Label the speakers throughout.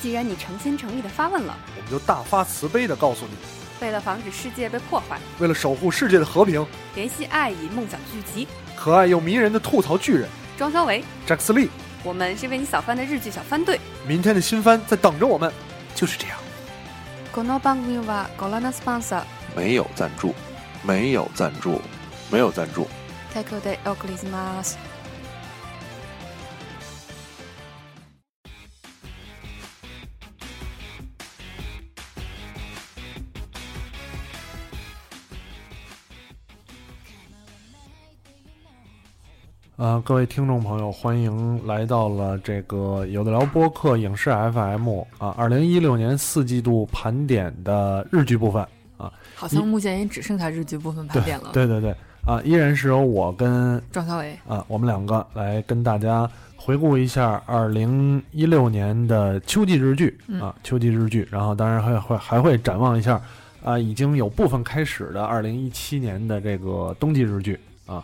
Speaker 1: 既然你诚心诚意的发问了，
Speaker 2: 我们就大发慈悲的告诉你，
Speaker 1: 为了防止世界被破坏，
Speaker 2: 为了守护世界的和平，
Speaker 1: 联系爱以梦想聚集，
Speaker 2: 可爱又迷人的吐槽巨人
Speaker 1: 庄小维，
Speaker 2: Jack s l e e
Speaker 1: 我们是为你扫翻的日剧小番队。
Speaker 2: 明天的新番在等着我们，就是这样。
Speaker 1: この番組はご覧のスポンサー
Speaker 3: 没有赞助，没有赞助，没有赞助。
Speaker 1: 提供でお送りします。
Speaker 2: 呃，各位听众朋友，欢迎来到了这个有的聊播客影视 FM 啊，二零一六年四季度盘点的日剧部分。
Speaker 4: 好像目前也只剩下日剧部分盘点了。
Speaker 2: 对对对，啊，依然是由我跟
Speaker 4: 庄小伟，
Speaker 2: 啊，我们两个来跟大家回顾一下二零一六年的秋季日剧
Speaker 4: 嗯
Speaker 2: 啊，秋季日剧，然后当然还会还会展望一下啊，已经有部分开始的二零一七年的这个冬季日剧啊。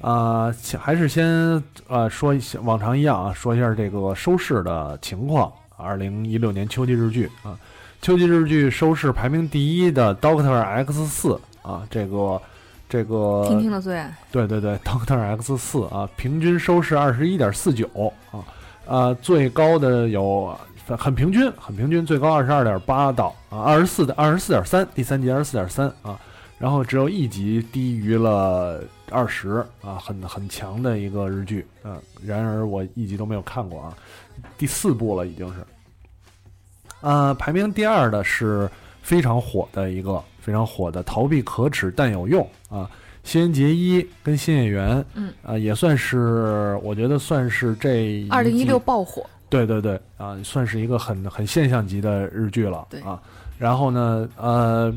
Speaker 2: 啊，先还是先呃说一下往常一样啊，说一下这个收视的情况。二零一六年秋季日剧啊，秋季日剧收视排名第一的《Doctor X 四》啊，这个这个
Speaker 4: 听听的最爱，
Speaker 2: 对对对，Doctor X 四啊，平均收视二十一点四九啊，呃，最高的有很很平均，很平均，最高二十二点八到啊，二十四的二十四点三，第三集二十四点三啊，然后只有一集低于了二十啊，很很强的一个日剧啊，然而我一集都没有看过啊，第四部了已经是，呃，排名第二的是非常火的一个非常火的《逃避可耻但有用》啊。新垣结衣跟新演员，
Speaker 4: 嗯，
Speaker 2: 啊、也算是，我觉得算是这
Speaker 4: 二零一
Speaker 2: 季
Speaker 4: 六爆火，
Speaker 2: 对对对，啊、算是一个很很现象级的日剧了，
Speaker 4: 对
Speaker 2: 啊。然后呢，呃，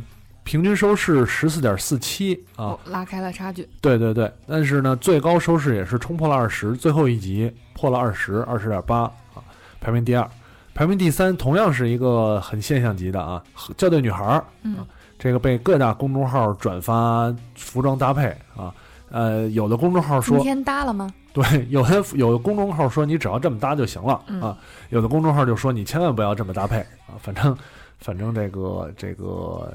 Speaker 2: 平均收视十四点四七啊，
Speaker 4: 哦拉开了差距。
Speaker 2: 对对对，但是呢，最高收视也是冲破了二十，最后一集破了二十二十点八啊，排名第二，排名第三同样是一个很现象级的啊，《校对女孩》儿啊
Speaker 4: 嗯，
Speaker 2: 这个被各大公众号转发服装搭配啊，呃，有的公众号
Speaker 4: 今
Speaker 2: 说
Speaker 4: 天搭了吗？
Speaker 2: 对， 有的有的公众号说你只要这么搭就行了、
Speaker 4: 嗯
Speaker 2: 啊，有的公众号就说你千万不要这么搭配啊，反正反正这个这个，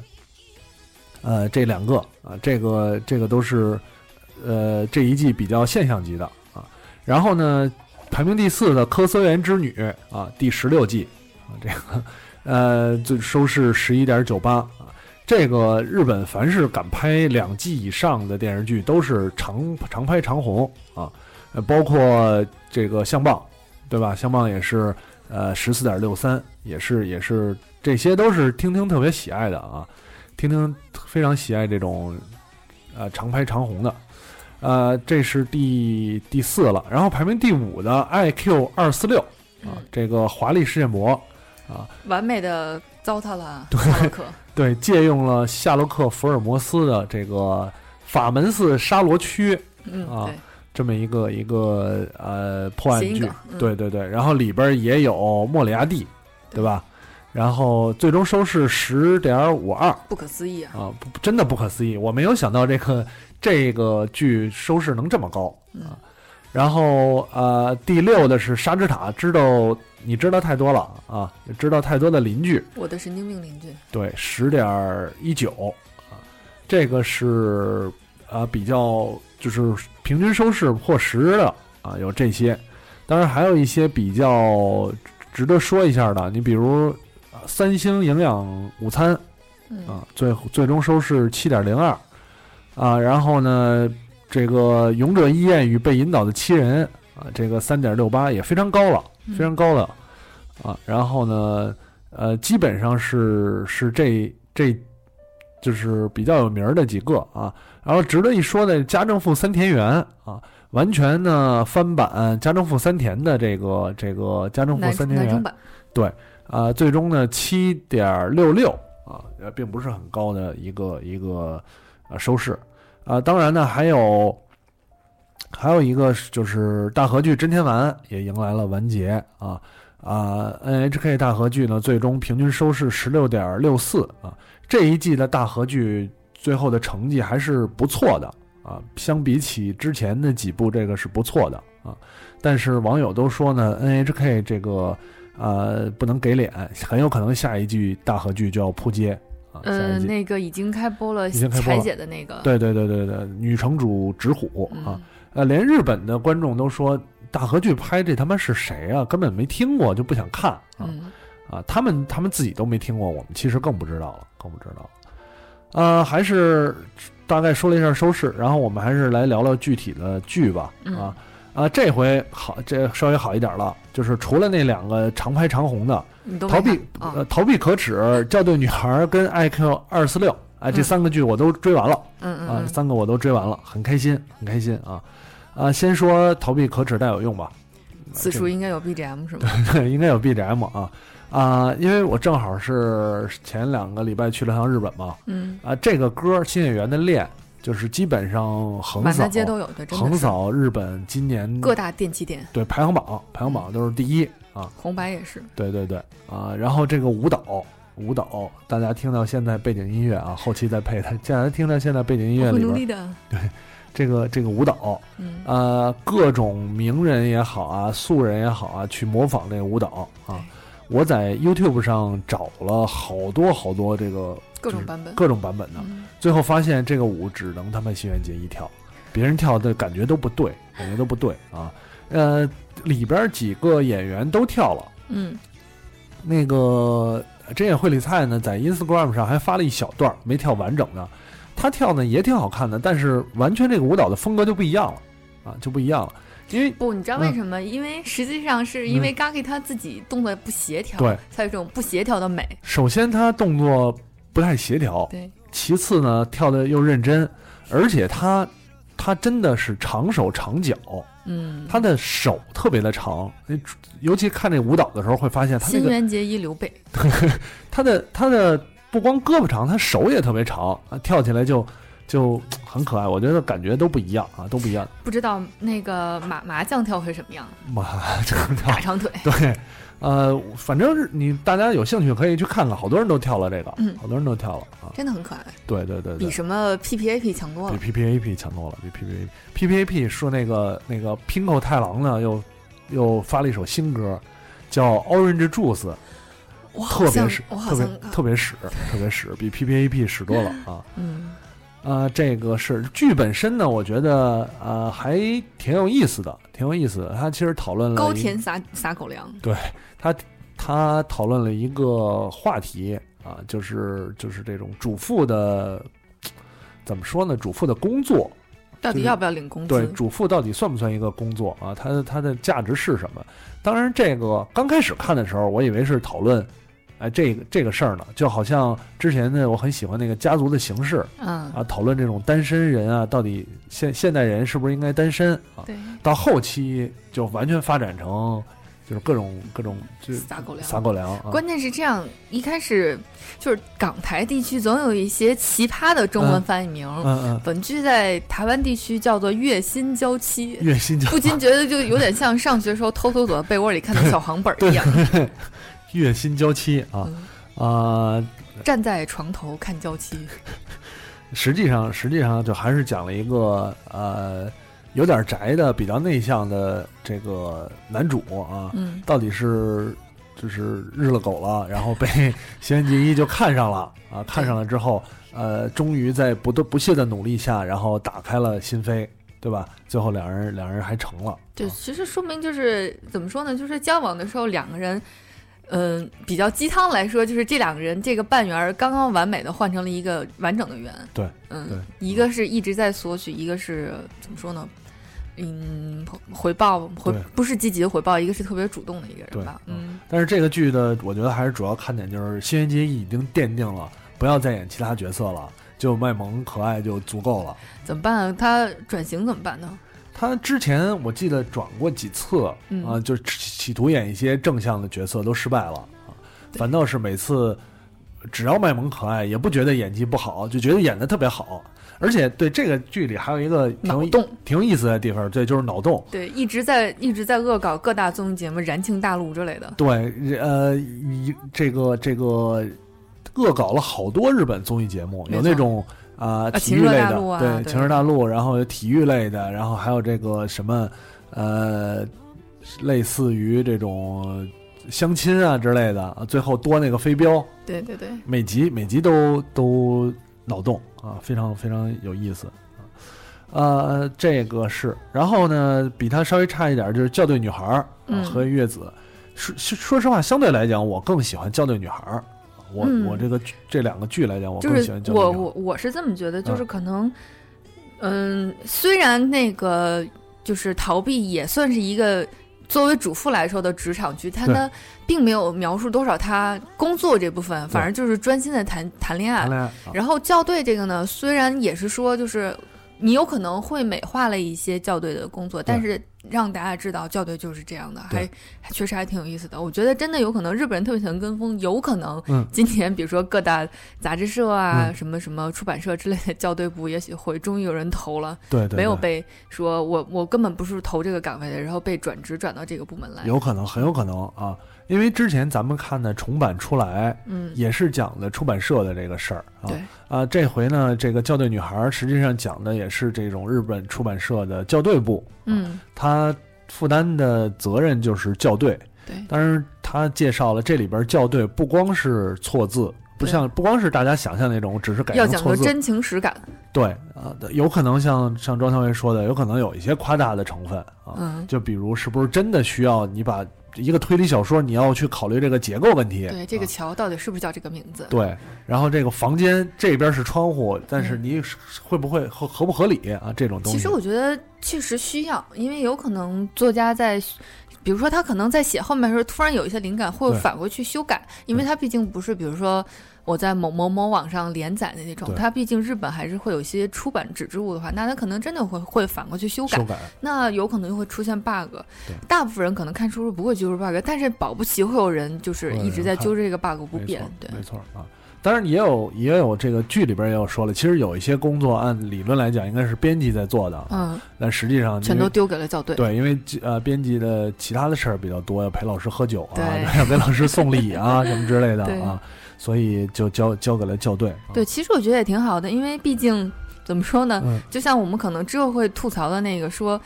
Speaker 2: 呃，这两个啊，这个这个都是呃这一季比较现象级的啊。然后呢，排名第四的《科搜研之女》啊，第十六季啊，这个呃，就收视十一点九八啊。这个日本凡是敢拍两季以上的电视剧，都是长长拍长红啊，呃，包括这个相棒，对吧？相棒也是呃十四点六三，也是也是这些都是听听特别喜爱的啊，听听非常喜爱这种呃长拍长红的，呃，这是第第四了，然后排名第五的 IQ 二四六啊
Speaker 4: 嗯，
Speaker 2: 这个华丽世界魔啊，
Speaker 4: 完美的糟蹋了夏 洛克。
Speaker 2: 对，啊借用了夏洛克·福尔摩斯的这个法门寺沙罗区
Speaker 4: 嗯，
Speaker 2: 啊
Speaker 4: 对，
Speaker 2: 这么一个一个呃破案
Speaker 4: 谐音
Speaker 2: 剧
Speaker 4: 梗，嗯
Speaker 2: 对对对，然后里边也有莫里亚蒂，对吧？然后最终收视十点五二
Speaker 4: 不可思议啊！
Speaker 2: 啊，不真的不可思议，我没有想到这个这个剧收视能这么高
Speaker 4: 嗯
Speaker 2: 啊。然后呃，第六的是《沙之塔》，知道你知道太多了啊，也知道太多的邻居，
Speaker 4: 我的神经病邻居，
Speaker 2: 对，十点一九啊，这个是啊比较就是平均收视破十的啊，有这些，当然还有一些比较值得说一下的，你比如啊三星营养午餐
Speaker 4: 嗯，
Speaker 2: 啊，最最终收视七点零二啊，然后呢，这个《勇者医院与被引导的七人》啊，这个三点六八也非常高了，非常高了啊，然后呢，呃，基本上是是这这就是比较有名儿的几个啊，然后值得一说的家政妇三田园啊。完全呢翻版家政妇三田的这个这个家政妇
Speaker 4: 男
Speaker 2: 三田
Speaker 4: 男
Speaker 2: 园
Speaker 4: 生版，
Speaker 2: 啊，最终呢七点六六啊，呃，并不是很高的一个一个呃收视啊。当然呢，还有还有一个是就是大合剧《真天丸》也迎来了完结啊啊，NHK 大合剧呢最终平均收视十六点六四啊，这一季的大合剧最后的成绩还是不错的啊，相比起之前的几部，这个是不错的啊。但是网友都说呢，NHK 这个。呃，不能给脸，很有可能下一季大合剧就要扑街啊。下
Speaker 4: 嗯、
Speaker 2: 一季，
Speaker 4: 那个已经开播了，
Speaker 2: 已经开播
Speaker 4: 彩
Speaker 2: 了
Speaker 4: 姐的那个，
Speaker 2: 对对对对对，女城主直虎
Speaker 4: 嗯、
Speaker 2: 啊，呃，连日本的观众都说大合剧拍这他妈是谁啊？根本没听过，就不想看啊。
Speaker 4: 嗯，
Speaker 2: 啊，他们他们自己都没听过，我们其实更不知道了，更不知道了。呃，还是大概说了一下收视，然后我们还是来聊聊具体的剧吧。
Speaker 4: 嗯
Speaker 2: 啊啊，这回好，这稍微好一点了，就是除了那两个常拍常红的
Speaker 4: 你
Speaker 2: 《
Speaker 4: 都没
Speaker 2: 逃避
Speaker 4: 看啊，
Speaker 2: 呃逃避可耻》《校对女孩》跟《IQ 二四六》啊，这
Speaker 4: 嗯
Speaker 2: 三个剧我都追完了、
Speaker 4: 嗯嗯
Speaker 2: 啊，
Speaker 4: 嗯，
Speaker 2: 三个我都追完了，很开心，很开心啊。啊，先说《逃避可耻》但有用吧，
Speaker 4: 此
Speaker 2: 这
Speaker 4: 处应该有 BGM 是吗？
Speaker 2: 应该有 BGM 啊啊、因为我正好是前两个礼拜去了趟日本嘛
Speaker 4: 嗯，
Speaker 2: 啊、这个歌新演员的恋就是基本上横
Speaker 4: 满
Speaker 2: 扫
Speaker 4: 大街都有，对，真的
Speaker 2: 横
Speaker 4: 是
Speaker 2: 扫日本今年
Speaker 4: 各大电器店，
Speaker 2: 对排行榜排行榜都是第一啊，
Speaker 4: 红白也是，
Speaker 2: 对对对啊，然后这个舞蹈舞蹈大家听到现在背景音乐啊，后期再配它，大家听到现在背景音乐
Speaker 4: 我会
Speaker 2: 里
Speaker 4: 努
Speaker 2: 边
Speaker 4: 力的，
Speaker 2: 这个这个舞蹈
Speaker 4: 嗯，
Speaker 2: 呃，各种名人也好啊，素人也好啊，去模仿这个舞蹈啊。我在 YouTube 上找了好多好多这个
Speaker 4: 各种版本，
Speaker 2: 各种版本的，
Speaker 4: 嗯
Speaker 2: 最后发现这个舞只能他们新垣结衣跳，别人跳的感觉都不对，感觉都不对啊。呃，里边几个演员都跳了，
Speaker 4: 嗯，
Speaker 2: 那个真野惠里菜呢，在 Instagram 上还发了一小段儿，没跳完整的。她跳呢也挺好看的，但是完全这个舞蹈的风格就不一样了啊，就不一样了。因为
Speaker 4: 不，你知道为什么？因为实际上是因为 Gaki 他自己动作不协调，
Speaker 2: 嗯对，
Speaker 4: 才有这种不协调的美，
Speaker 2: 首先她动作不太协调，
Speaker 4: 对，
Speaker 2: 其次呢跳的又认真，而且她她真的是长手长脚，
Speaker 4: 嗯，
Speaker 2: 她的手特别的长，那尤其看这舞蹈的时候会发现她这
Speaker 4: 新
Speaker 2: 个
Speaker 4: 垣结衣刘备，
Speaker 2: 他的他的不光胳膊长，他手也特别长，啊，跳起来就就很可爱。我觉得感觉都不一样啊，都不一样。
Speaker 4: 不知道那个麻麻将跳会什么
Speaker 2: 啊
Speaker 4: 样，
Speaker 2: 妈，这个跳
Speaker 4: 大长腿，
Speaker 2: 对，呃，反正是你大家有兴趣可以去看看，好多人都跳了这个，
Speaker 4: 嗯
Speaker 2: 好多人都跳了啊。
Speaker 4: 真的很可爱，
Speaker 2: 对对对对
Speaker 4: 比，什么 PPAP 强多了，
Speaker 2: 比 PPAP 强多了，比 PPAP PPAP 说那个那个 Pinko 太郎呢，又又发了一首新歌，叫《Orange Juice》。
Speaker 4: 我好
Speaker 2: 特别
Speaker 4: 像
Speaker 2: 使，
Speaker 4: 我
Speaker 2: 特
Speaker 4: 好像
Speaker 2: 别特别使，特别使，比 PPAP 使多了 啊！
Speaker 4: 嗯
Speaker 2: 呃，这个是剧本身呢，我觉得呃还挺有意思的，挺有意思的。他其实讨论了
Speaker 4: 高
Speaker 2: 一
Speaker 4: 甜撒撒狗粮，
Speaker 2: 他讨论了一个话题啊，就是就是这种主妇的怎么说呢？主妇的工作，
Speaker 4: 到底
Speaker 2: 就是
Speaker 4: 要不要领工
Speaker 2: 对
Speaker 4: 资？
Speaker 2: 主妇到底算不算一个工作啊？它的它的价值是什么？当然，这个刚开始看的时候，我以为是讨论。哎，这个这个事儿呢，就好像之前呢，我很喜欢那个家族的形式，
Speaker 4: 嗯，
Speaker 2: 啊，讨论这种单身人啊，到底现现代人是不是应该单身啊？
Speaker 4: 对，
Speaker 2: 到后期就完全发展成就是各种各种就
Speaker 4: 撒狗粮，
Speaker 2: 撒狗粮啊。
Speaker 4: 关键是这样，一开始就是港台地区总有一些奇葩的中文
Speaker 2: 嗯
Speaker 4: 翻译名，
Speaker 2: 嗯
Speaker 4: 本剧在台湾地区叫做《月薪娇妻
Speaker 2: 嗯，》，月薪娇
Speaker 4: 不禁觉得就有点像上学时候偷偷躲在被窝里看的小黄 本儿一样，
Speaker 2: 月薪娇妻啊
Speaker 4: 嗯
Speaker 2: 啊、
Speaker 4: 站在床头看娇妻。
Speaker 2: 实际上实际上就还是讲了一个呃有点宅的、比较内向的这个男主啊，
Speaker 4: 嗯，
Speaker 2: 到底是就是日了狗了，然后被新垣结衣就看上了啊，看上了之后，呃，终于在不断不懈的努力下，然后打开了心扉，对吧？最后两人两人还成了，
Speaker 4: 对，
Speaker 2: 啊
Speaker 4: 其实说明就是怎么说呢，就是交往的时候两个人。嗯，比较鸡汤来说，就是这两个人这个半圆儿刚刚完美的换成了一个完整的圆。
Speaker 2: 对，对
Speaker 4: 嗯，一个是一直在索取，一个是怎么说呢？嗯，回报回
Speaker 2: 对
Speaker 4: 不是积极的回报，一个是特别主动的一个
Speaker 2: 对
Speaker 4: 人吧。
Speaker 2: 嗯
Speaker 4: 嗯，
Speaker 2: 但是这个剧的，我觉得还是主要看点就是新垣结衣已经奠定了不要再演其他角色了，就卖萌可爱就足够了。
Speaker 4: 怎么办、啊？他转型怎么办呢？
Speaker 2: 他之前我记得转过几次啊、
Speaker 4: 嗯
Speaker 2: 就企企图演一些正向的角色都失败了啊，
Speaker 4: 对
Speaker 2: 反倒是每次只要卖萌可爱，也不觉得演技不好，就觉得演的特别好。而且对这个剧里还有一个挺有
Speaker 4: 脑洞，
Speaker 2: 挺有意思的地方，对，就是脑洞。
Speaker 4: 对，一直在一直在恶搞各大综艺节目《燃情大陆》之类的。
Speaker 2: 对，呃，一这个这个恶搞了好多日本综艺节目，
Speaker 4: 没
Speaker 2: 有
Speaker 4: 错
Speaker 2: 那种啊、体
Speaker 4: 情
Speaker 2: 育
Speaker 4: 热
Speaker 2: 类
Speaker 4: 大
Speaker 2: 的，
Speaker 4: 陆啊
Speaker 2: 对
Speaker 4: 对
Speaker 2: 情热大陆，然后有体育类的，然后还有这个什么呃，类似于这种相亲啊之类的，啊最后多那个飞镖，
Speaker 4: 对对对，
Speaker 2: 每集每集都都脑洞啊，非常非常有意思啊。呃，这个是，然后呢，比它稍微差一点儿就是《校对女孩》啊
Speaker 4: 嗯
Speaker 2: 和《月子》说说说实话，相对来讲，我更喜欢《校对女孩》啊。我、
Speaker 4: 嗯
Speaker 2: 我这个剧这两个剧来讲，我
Speaker 4: 就
Speaker 2: 更喜
Speaker 4: 是
Speaker 2: 欢《校对
Speaker 4: 我
Speaker 2: 女孩》
Speaker 4: 我我是这么觉得，就是可能，嗯，虽然那个就是逃避也算是一个作为主妇来说的职场剧，但
Speaker 2: 对
Speaker 4: 她并没有描述多少她工作这部分，反而就是专心的谈谈恋爱
Speaker 2: 谈。恋爱啊
Speaker 4: 然后校对这个呢，虽然也是说就是你有可能会美化了一些校对的工作，但是让大家知道校对就是这样的，
Speaker 2: 对
Speaker 4: 还还确实还挺有意思的。我觉得真的有可能日本人特别喜欢跟风，有可能
Speaker 2: 嗯
Speaker 4: 今年比如说各大杂志社啊、
Speaker 2: 嗯
Speaker 4: 什么什么出版社之类的校对部，也许会终于有人投了，
Speaker 2: 对对对
Speaker 4: 没有被说我我根本不是投这个岗位的，然后被转职转到这个部门来。
Speaker 2: 有可能，很有可能啊，因为之前咱们看的重版出来，
Speaker 4: 嗯，
Speaker 2: 也是讲的出版社的这个事儿啊
Speaker 4: 对。
Speaker 2: 啊，这回呢，这个校对女孩儿实际上讲的也是这种日本出版社的校对部，啊，
Speaker 4: 嗯，
Speaker 2: 他负担的责任就是校对。
Speaker 4: 对
Speaker 2: 当然他介绍了这里边校对不光是错字，不
Speaker 4: 对
Speaker 2: 像不光是大家想象那种只是改
Speaker 4: 要
Speaker 2: 成
Speaker 4: 讲
Speaker 2: 错
Speaker 4: 究
Speaker 2: 字，
Speaker 4: 真情实感。
Speaker 2: 对啊，有可能像像庄小维说的，有可能有一些夸大的成分啊。
Speaker 4: 嗯，
Speaker 2: 就比如是不是真的需要你把一个推理小说，你要去考虑这个结构问题。
Speaker 4: 对，这个
Speaker 2: 啊、
Speaker 4: 桥到底是不是叫这个名字？
Speaker 2: 对，然后这个房间这边是窗户，但是
Speaker 4: 嗯
Speaker 2: 你是会不会合合不合理啊？这种东西。
Speaker 4: 其实我觉得确实需要，因为有可能作家在，比如说他可能在写后面的时候，突然有一些灵感，会
Speaker 2: 对
Speaker 4: 返回去修改，因为他毕竟不是，比如说我在某某某网上连载的那种
Speaker 2: 对，
Speaker 4: 他毕竟日本还是会有一些出版纸质物的话，那他可能真的会会反过去修改
Speaker 2: 修，改，
Speaker 4: 那有可能就会出现 bug。大部分人可能看书是不会揪出 bug，但是保不齐会有人就是一直在揪着这个 bug 不
Speaker 2: 没
Speaker 4: 变
Speaker 2: 错，，
Speaker 4: 对，
Speaker 2: 没错啊。当然也有也有这个剧里边也有说了，其实有一些工作按理论来讲应该是编辑在做的，
Speaker 4: 嗯，
Speaker 2: 但实际上
Speaker 4: 全
Speaker 2: 因为
Speaker 4: 都丢给了校对，
Speaker 2: 对，因为呃，编辑的其他的事儿比较多，要陪老师喝酒啊，
Speaker 4: 对
Speaker 2: 要给老师送礼 啊，什么之类的
Speaker 4: 对
Speaker 2: 啊，所以就交交给了校对。啊
Speaker 4: 对，，其实我觉得也挺好的，因为毕竟怎么说呢，
Speaker 2: 嗯
Speaker 4: 就像我们可能之后会吐槽的那个说。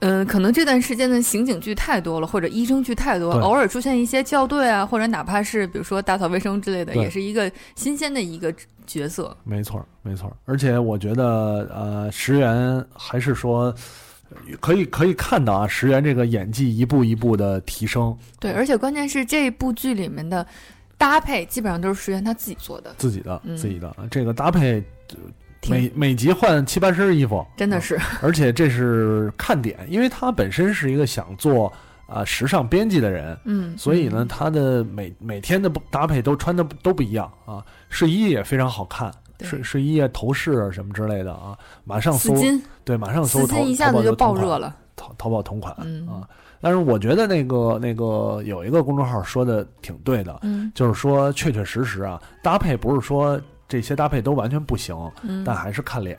Speaker 4: 嗯，可能这段时间的刑警剧太多了，或者医生剧太多，
Speaker 2: 对
Speaker 4: 偶尔出现一些校对啊，或者哪怕是比如说打扫卫生之类的，
Speaker 2: 对
Speaker 4: 也是一个新鲜的一个角色。
Speaker 2: 没错儿，没错儿。而且我觉得呃，石原还是说。可以可以看到啊，石原这个演技一步一步的提升，
Speaker 4: 对，而且关键是这部剧里面的搭配基本上都是石原他自己做的，
Speaker 2: 自己的、
Speaker 4: 嗯
Speaker 2: 自己的这个搭配，每
Speaker 4: 挺
Speaker 2: 每集换七八身 衣服，
Speaker 4: 真的
Speaker 2: 啊
Speaker 4: 是、
Speaker 2: 而且这是看点，因为他本身是一个想做啊、时尚编辑的人，
Speaker 4: 嗯。
Speaker 2: 所以呢，
Speaker 4: 嗯，
Speaker 2: 他的每每天的不搭配都穿的都不一样啊，睡衣也非常好看，
Speaker 4: 嗯对
Speaker 2: 睡睡衣啊、头饰啊什么之类的啊，马上
Speaker 4: 丝
Speaker 2: 搜
Speaker 4: 巾，
Speaker 2: 对，马上
Speaker 4: 丝
Speaker 2: 搜淘
Speaker 4: 巾一下子就
Speaker 2: 淘宝的
Speaker 4: 爆
Speaker 2: 同款
Speaker 4: 热了。
Speaker 2: 淘淘宝同款
Speaker 4: 嗯
Speaker 2: 啊。但是我觉得那个那个有一个公众号说的挺对的，
Speaker 4: 嗯
Speaker 2: 就是说确确实实啊，搭配不是说这些搭配都完全不行，
Speaker 4: 嗯，
Speaker 2: 但还是看 脸，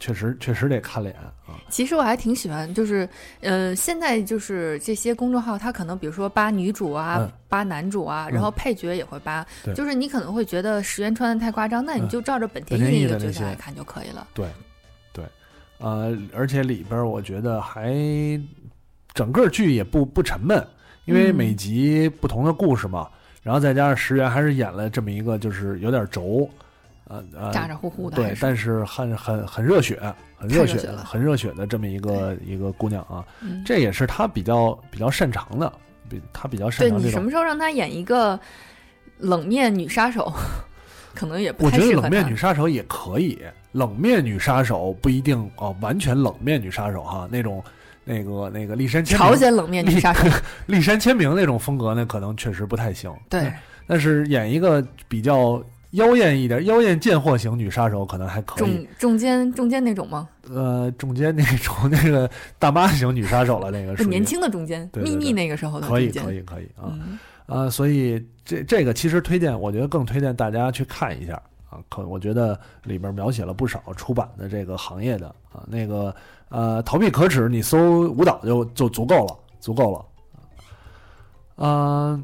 Speaker 2: 确实确实得看脸啊。
Speaker 4: 其实我还挺喜欢，就是，呃，现在就是这些公众号，它可能比如说扒女主啊，
Speaker 2: 嗯
Speaker 4: 扒男主啊，
Speaker 2: 嗯
Speaker 4: 然后配角也会扒，
Speaker 2: 对
Speaker 4: 就是你可能会觉得石原穿的太夸张，那你
Speaker 2: 嗯
Speaker 4: 就照着本田
Speaker 2: 本田
Speaker 4: 翼
Speaker 2: 翼
Speaker 4: 那个
Speaker 2: 的那
Speaker 4: 角色
Speaker 2: 些
Speaker 4: 来看就可以了。
Speaker 2: 呃，而且里边儿我觉得还整个剧也不不沉闷，因为
Speaker 4: 嗯
Speaker 2: 每集不同的故事嘛，然后再加上石原还是演了这么一个就是有点轴，呃呃，
Speaker 4: 咋咋呼呼的还
Speaker 2: 对，
Speaker 4: 是
Speaker 2: 但是很很很热血，很
Speaker 4: 太
Speaker 2: 热
Speaker 4: 热
Speaker 2: 血
Speaker 4: 血
Speaker 2: 的，
Speaker 4: 了
Speaker 2: 很热血的这么一个一个姑娘啊，
Speaker 4: 嗯，
Speaker 2: 这也是她比较比较擅长的，比她比较擅
Speaker 4: 对
Speaker 2: 长
Speaker 4: 你
Speaker 2: 这
Speaker 4: 什
Speaker 2: 种
Speaker 4: 么。时候让他演一个冷面女杀手，可能也不
Speaker 2: 我
Speaker 4: 太
Speaker 2: 觉得
Speaker 4: 适合
Speaker 2: 冷面
Speaker 4: 他
Speaker 2: 女杀手也可以，冷面女杀手不一定哦、完全冷面女杀手哈，那种那个那个立山千
Speaker 4: 朝
Speaker 2: 明
Speaker 4: 鲜冷面女 杀手，
Speaker 2: 立山签名那种风格呢，可能确实不太行。
Speaker 4: 对，
Speaker 2: 但是演一个比较妖艳一点、妖艳贱货型女杀手，可能还可以。
Speaker 4: 中中间中间那种吗？
Speaker 2: 呃，中间那种那个大妈型女杀手了，那个
Speaker 4: 不
Speaker 2: 属于
Speaker 4: 年轻的中间，
Speaker 2: 对对对
Speaker 4: 秘密那个时候的
Speaker 2: 可以，
Speaker 4: 中间，
Speaker 2: 可以，可以啊
Speaker 4: 嗯，
Speaker 2: 啊！所以这这个其实推荐，我觉得更推荐大家去看一下啊。可我觉得里面描写了不少出版的这个行业的啊，那个呃，逃避可耻，你搜舞蹈就就足够了，足够了。嗯、呃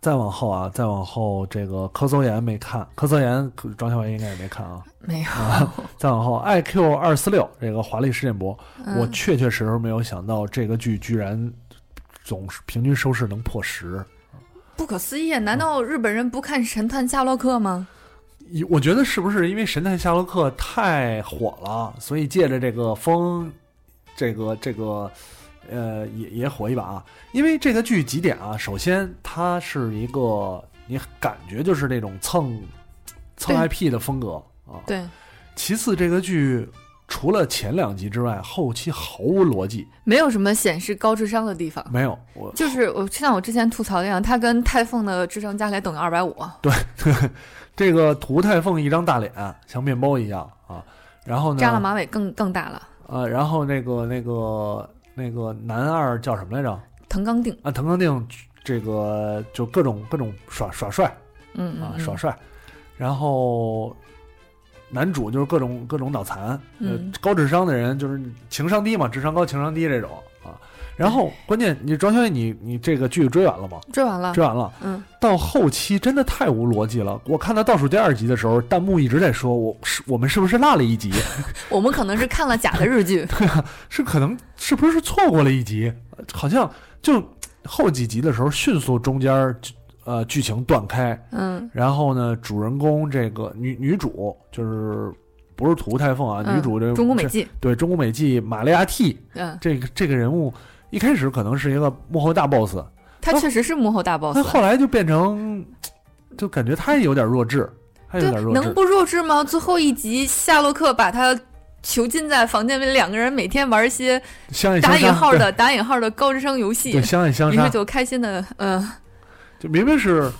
Speaker 2: 再往后啊，再往后，这个科搜研没看，科搜研可庄小伟应该也没看啊。
Speaker 4: 没有，
Speaker 2: 再往后，IQ 二四六这个华丽事件簿，我
Speaker 4: 嗯
Speaker 2: 确确实实没有想到这个剧居然总是平均收视能破十。
Speaker 4: 不可思议啊！难道日本人不看《神探夏洛克》吗？
Speaker 2: 一我觉得是不是因为《神探夏洛克》太火了，所以借着这个风，这个这个，呃，也也火一把啊。因为这个剧几点啊？首先，它是一个你感觉就是那种蹭蹭
Speaker 4: 对
Speaker 2: IP 的风格啊。
Speaker 4: 对，
Speaker 2: 其次，这个剧除了前两集之外，后期毫无逻辑，
Speaker 4: 没有什么显示高智商的地方。
Speaker 2: 没有我
Speaker 4: 就是我像我之前吐槽那样，他跟泰凤的智商加起来等于二百五。
Speaker 2: 嗯这个涂太凤一张大脸，像面包一样啊。然后呢？
Speaker 4: 扎了马尾更更大了。
Speaker 2: 呃，然后那个那个那个男二叫什么来着？
Speaker 4: 藤冈定，
Speaker 2: 啊，滕康定这个就各种各种耍耍帅
Speaker 4: 嗯
Speaker 2: 啊，
Speaker 4: 嗯，
Speaker 2: 耍
Speaker 4: 嗯
Speaker 2: 帅。然后男主就是各种各种脑残，呃
Speaker 4: 嗯
Speaker 2: 高智商的人就是情商低嘛，智商高情商低这种啊。然后关键你庄小姐，你你这个剧追完了吗？
Speaker 4: 追完了。
Speaker 2: 追完了，
Speaker 4: 嗯，
Speaker 2: 到后期真的太无逻辑了。我看到倒数第二集的时候，弹幕一直在说我是我们是不是落了一集？
Speaker 4: 我们可能是看了假的 日剧，
Speaker 2: 是可能是不是错过了一集？呃好像就后几集的时候，迅速中间儿呃剧情断开，
Speaker 4: 嗯
Speaker 2: 然后呢，主人公这个女女主就是不是土屋太凤啊，
Speaker 4: 嗯
Speaker 2: 女主这
Speaker 4: 中国美
Speaker 2: 这
Speaker 4: 纪，
Speaker 2: 对中国美纪玛利亚 T
Speaker 4: 嗯，
Speaker 2: 这个这个人物。一开始可能是一个幕后大 boss，
Speaker 4: 他确实是幕后大
Speaker 2: 但
Speaker 4: boss，
Speaker 2: 后来就变成，就感觉他也有点弱智，他也
Speaker 4: 对
Speaker 2: 有点，弱
Speaker 4: 能
Speaker 2: 智。
Speaker 4: 不弱智吗？最后一集，夏洛克把他囚禁在房间里，两个人每天玩一些
Speaker 2: 相爱相
Speaker 4: 打
Speaker 2: 杀
Speaker 4: 引号
Speaker 2: 哎对
Speaker 4: 的打引号的高智商游戏，
Speaker 2: 对相爱相
Speaker 4: 于
Speaker 2: 杀
Speaker 4: 是，就开心的，嗯，
Speaker 2: 就明明是，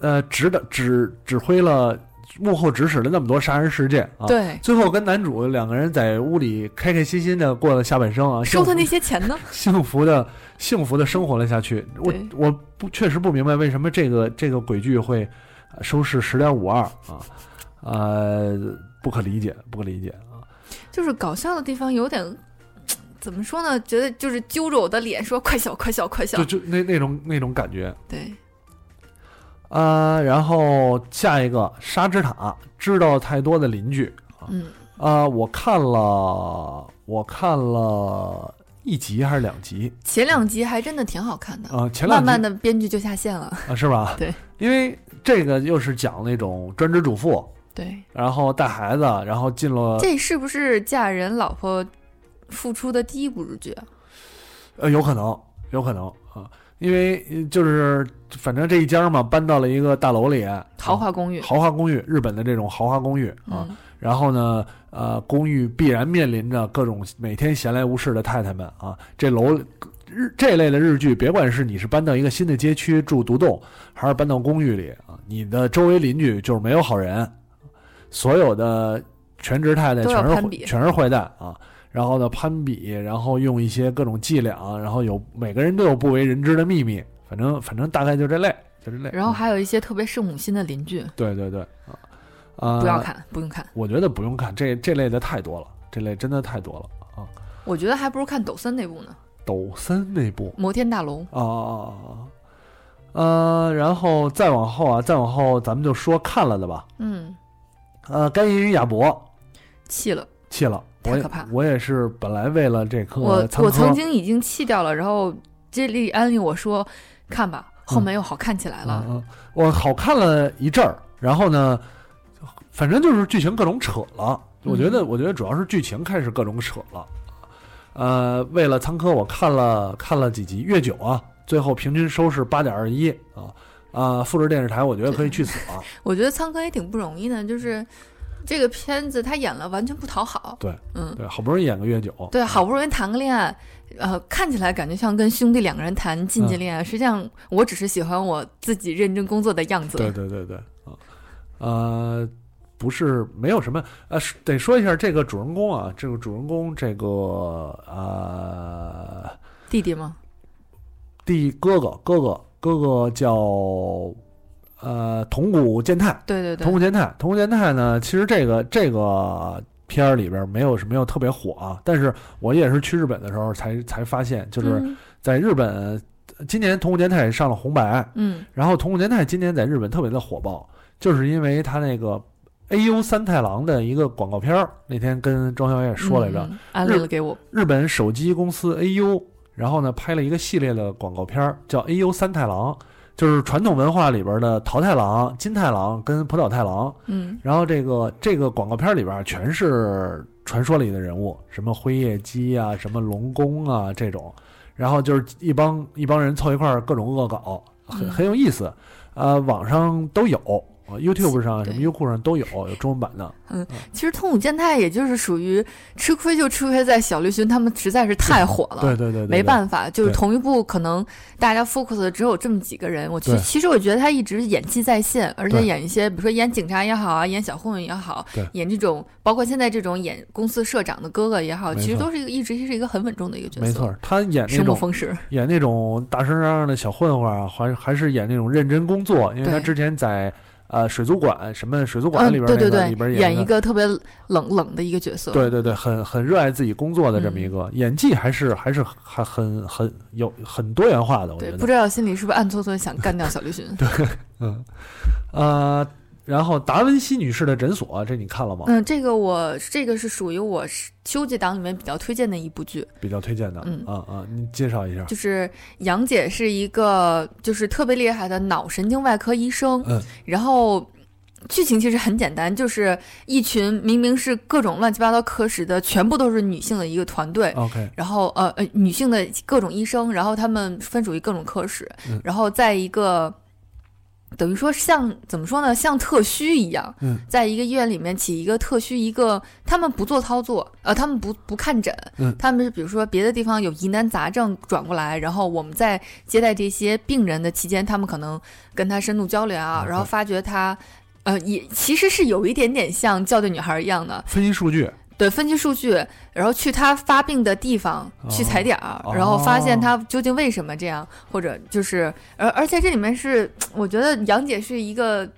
Speaker 2: 呃，指导指指挥了幕后指使了那么多杀人事件啊，，
Speaker 4: 对，
Speaker 2: 最后跟男主两个人在屋里开开心心的过了下半生啊，
Speaker 4: 收
Speaker 2: 幸
Speaker 4: 他
Speaker 2: 福
Speaker 4: 那些钱呢？
Speaker 2: 幸福的幸福的生活了下去。我
Speaker 4: 对
Speaker 2: 我不确实不明白为什么这个这个鬼剧会呃收视十点五二啊，呃，不可理解，不可理解啊。
Speaker 4: 就是搞笑的地方有点，怎么说呢？觉得就是揪着我的脸说快笑，快笑，快笑
Speaker 2: 就，就那那种那种感觉，
Speaker 4: 对，
Speaker 2: 啊，然后下一个沙之塔，知道太多的邻居，
Speaker 4: 嗯，
Speaker 2: 啊、我看了，我看了一集还是两集
Speaker 4: 前两集还真的挺好看的，
Speaker 2: 啊、前两
Speaker 4: 慢
Speaker 2: 集
Speaker 4: 慢的编剧就下线了，
Speaker 2: 啊、是吧？
Speaker 4: 对，
Speaker 2: 因为这个又是讲那种专职主妇，
Speaker 4: 对，
Speaker 2: 然后带孩子，然后进了
Speaker 4: 这是不是嫁人老婆付出的第一部日剧啊？
Speaker 2: 呃，有可能，有可能啊，因为呃就是反正这一家嘛，搬到了一个大楼里，
Speaker 4: 豪
Speaker 2: 啊
Speaker 4: 华公寓，
Speaker 2: 豪华公寓，日本的这种豪华公寓啊，
Speaker 4: 嗯，
Speaker 2: 然后呢，呃，公寓必然面临着各种每天闲来无事的太太们啊，这楼日这类的日剧，别管是你是搬到一个新的街区住独栋，还是搬到公寓里啊，你的周围邻居就是没有好人，所有的全职太太
Speaker 4: 都要
Speaker 2: 全是
Speaker 4: 攀
Speaker 2: 坏
Speaker 4: 比
Speaker 2: 全是坏蛋啊。然后呢，攀比，然后用一些各种伎俩，然后有每个人都有不为人知的秘密，反正反正大概就这类，就这类。
Speaker 4: 然后
Speaker 2: 嗯
Speaker 4: 还有一些特别圣母心的邻居，
Speaker 2: 对对对啊，啊、
Speaker 4: 不要看，不用看，
Speaker 2: 我觉得不用看，这这类的太多了，这类真的太多了啊。
Speaker 4: 我觉得还不如看抖森那部呢，
Speaker 2: 抖森那部
Speaker 4: 《摩天大楼》。
Speaker 2: 啊啊啊啊啊，呃，然后再往后啊，再往后咱们就说看了的吧。
Speaker 4: 嗯，
Speaker 2: 呃，该隐与亚伯
Speaker 4: 弃了，
Speaker 2: 弃了，我
Speaker 4: 太
Speaker 2: 也
Speaker 4: 可怕
Speaker 2: 我也是本来为了这颗
Speaker 4: 我
Speaker 2: 参
Speaker 4: 我
Speaker 2: 科
Speaker 4: 曾经已经弃掉了，然后这里安利我说看吧，后面又好看起来了。
Speaker 2: 嗯嗯我好看了一阵儿，然后呢，反正就是剧情各种扯了。我觉得，
Speaker 4: 嗯
Speaker 2: 我觉得主要是剧情开始各种扯了。呃，为了参科，我看了看了几集《月九》啊，最后平均收视八点二一啊啊！复制电视台，我觉得可以去死啊！
Speaker 4: 我觉得苍哥也挺不容易的，就是这个片子他演了完全不讨好。
Speaker 2: 对，
Speaker 4: 嗯，
Speaker 2: 对，好不容易演个月九，
Speaker 4: 对，好不容易谈个恋爱，呃，看起来感觉像跟兄弟两个人谈
Speaker 2: 嗯
Speaker 4: 禁忌恋爱，实际上我只是喜欢我自己认真工作的样子。
Speaker 2: 对对对对啊，呃，不是没有什么呃，是得说一下这个主人公啊，这个主人公这个呃
Speaker 4: 弟弟吗？
Speaker 2: 弟哥哥，哥哥，哥哥叫呃铜鼓健太，
Speaker 4: 对对
Speaker 2: 铜
Speaker 4: 对，
Speaker 2: 鼓健太，铜鼓健太呢，其实这个这个片儿里边没有没有特别火啊，但是我也是去日本的时候才才发现，就是
Speaker 4: 嗯
Speaker 2: 在日本，今年铜鼓健太也上了红白，
Speaker 4: 嗯，
Speaker 2: 然后铜鼓健太今年在日本特别的火爆，就是因为他那个 A U 三太郎的一个广告片儿，那天跟庄小也说来着，
Speaker 4: 嗯，安利了给我。
Speaker 2: 日本手机公司 AU，然后呢拍了一个系列的广告片儿，叫《A.U. 三太郎》，就是传统文化里边的桃太郎、金太郎跟浦岛太郎。
Speaker 4: 嗯
Speaker 2: 然后这个这个广告片里边儿全是传说里的人物，什么辉夜姬啊，什么龙宫啊这种，然后就是一帮一帮人凑一块儿各种恶搞，很
Speaker 4: 嗯
Speaker 2: 很有意思。呃，网上都有呃，YouTube 上什
Speaker 4: 对
Speaker 2: 么优酷上都有有中文版的。
Speaker 4: 其实通武健太也就是属于吃亏就吃亏在小栗旬他们实在是太火了，
Speaker 2: 对对对对，
Speaker 4: 没
Speaker 2: 法。
Speaker 4: 办法，就是
Speaker 2: 对
Speaker 4: 同一部可能大家 focus 的只有这么几个人。我其
Speaker 2: 对
Speaker 4: 其实我觉得他一直演技在线，而且
Speaker 2: 对
Speaker 4: 演一些比如说演警察也好啊，演小混混也好
Speaker 2: 对，
Speaker 4: 演这种包括现在这种演公司社长的哥哥也好，
Speaker 2: 没
Speaker 4: 其实
Speaker 2: 错
Speaker 4: 都是一个一直是一个很稳重的一个角色，
Speaker 2: 没错，，他演那
Speaker 4: 生不
Speaker 2: 种
Speaker 4: 逢时。
Speaker 2: 演那种大声嚷嚷的小混混啊，还还是演那种认真工作，因为他
Speaker 4: 对
Speaker 2: 之前在呃水族馆什么水族馆
Speaker 4: 嗯
Speaker 2: 里，边、那
Speaker 4: 对
Speaker 2: 个
Speaker 4: 对对
Speaker 2: 里，边
Speaker 4: 演一
Speaker 2: 个
Speaker 4: 个特别冷冷的一个嗯角色。
Speaker 2: 对对对，很很热爱自己工作的这么一个、演技还，是还是还很很有很多元化的，我
Speaker 4: 对
Speaker 2: 觉
Speaker 4: 不
Speaker 2: 得。
Speaker 4: 知道心里是不是暗搓搓想干掉 小栗旬？
Speaker 2: 嗯，呃，然后达文西女士的诊所，这你看了吗？
Speaker 4: 嗯，这个我这个是属于我是秋季档里面比较推荐的一部剧。
Speaker 2: 比较推荐的，
Speaker 4: 嗯
Speaker 2: 啊啊，你介绍一下。
Speaker 4: 就是杨姐是一个就是特别厉害的脑神经外科医生，
Speaker 2: 嗯
Speaker 4: 然后。剧情其实很简单，就是一群明明是各种乱七八糟科室的，全部都是女性的一个团队，
Speaker 2: OK，
Speaker 4: 然后呃呃女性的各种医生，然后他们分属于各种科室，
Speaker 2: 嗯
Speaker 4: 然后在一个等于说像怎么说呢，像特需一样，
Speaker 2: 嗯
Speaker 4: 在一个医院里面起一个特需，一个他们不做操作，呃，他们不不看诊，
Speaker 2: 嗯
Speaker 4: 他们是比如说别的地方有疑难杂症转过来，然后我们在接待这些病人的期间，他们可能跟他深度交流啊，
Speaker 2: 嗯
Speaker 4: 然后发觉他。呃，也其实是有一点点像校对女孩一样的，
Speaker 2: 分析数据，
Speaker 4: 对，分析数据，然后去他发病的地方
Speaker 2: 哦
Speaker 4: 去踩点儿，
Speaker 2: 哦
Speaker 4: 然后发现他究竟为什么这样，或者就是，而而且这里面是，我觉得杨姐是一个。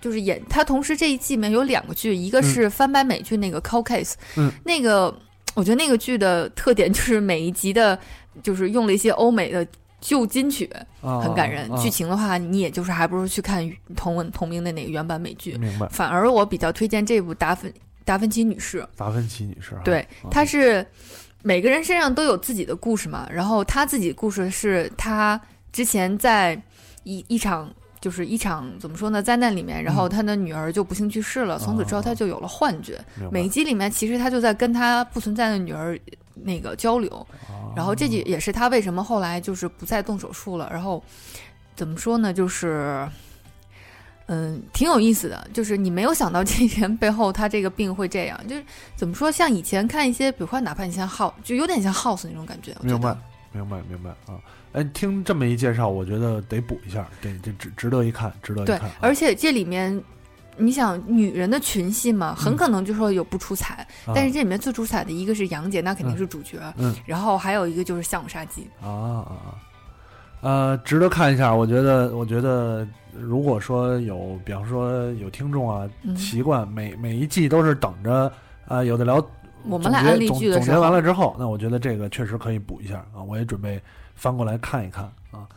Speaker 4: 就是演她同时这一季里面有两个剧，一个是翻拍美剧那个《Call Case》，
Speaker 2: 嗯
Speaker 4: 那个我觉得那个剧的特点就是每一集的，就是用了一些欧美的旧金曲，
Speaker 2: 啊、
Speaker 4: 很感人。
Speaker 2: 啊
Speaker 4: 剧情的话，你也就是还不如去看同文同名的那个原版美剧。
Speaker 2: 明白。
Speaker 4: 反而我比较推荐这部《达芬达芬奇女士》，
Speaker 2: 达芬奇女士啊，
Speaker 4: 对
Speaker 2: 啊，
Speaker 4: 他是每个人身上都有自己的故事嘛，然后他自己的故事是他之前在一一场。就是一场怎么说呢灾难里面，然后他的女儿就不幸去世了，从此之后他就有了幻觉。
Speaker 2: 嗯哦明白
Speaker 4: 每一集里面，其实他就在跟他不存在的女儿那个交流，
Speaker 2: 啊
Speaker 4: 然后这也也是他为什么后来就是不再动手术了。然后怎么说呢，就是嗯，挺有意思的，就是你没有想到这人背后他这个病会这样，就是怎么说，像以前看一些，比如说哪怕你像 House，就有点像 House 那种感觉。我觉
Speaker 2: 明白
Speaker 4: 得，
Speaker 2: 明白，明白啊！哎，听这么一介绍，我觉得得补一下，这这值值得一看，值得一
Speaker 4: 对
Speaker 2: 看啊。，
Speaker 4: 而且这里面。你想女人的群戏嘛，很
Speaker 2: 嗯
Speaker 4: 可能就说有不出彩，
Speaker 2: 啊
Speaker 4: 但是这里面最出彩的一个是杨姐，那肯定
Speaker 2: 嗯
Speaker 4: 是主角，
Speaker 2: 嗯
Speaker 4: 然后还有一个就是项羽杀机，
Speaker 2: 啊啊啊，呃，值得看一下。我觉得，我觉得，如果说有，比方说有听众啊，
Speaker 4: 嗯
Speaker 2: 习惯每每一季都是等着啊、有的聊
Speaker 4: 我们
Speaker 2: 总
Speaker 4: 来
Speaker 2: 结
Speaker 4: 安利
Speaker 2: 总
Speaker 4: 剧的
Speaker 2: 总
Speaker 4: 时
Speaker 2: 结完
Speaker 4: 候
Speaker 2: 了之后，那我觉得这个确实可以补一下啊，我也准备翻过来看一看啊。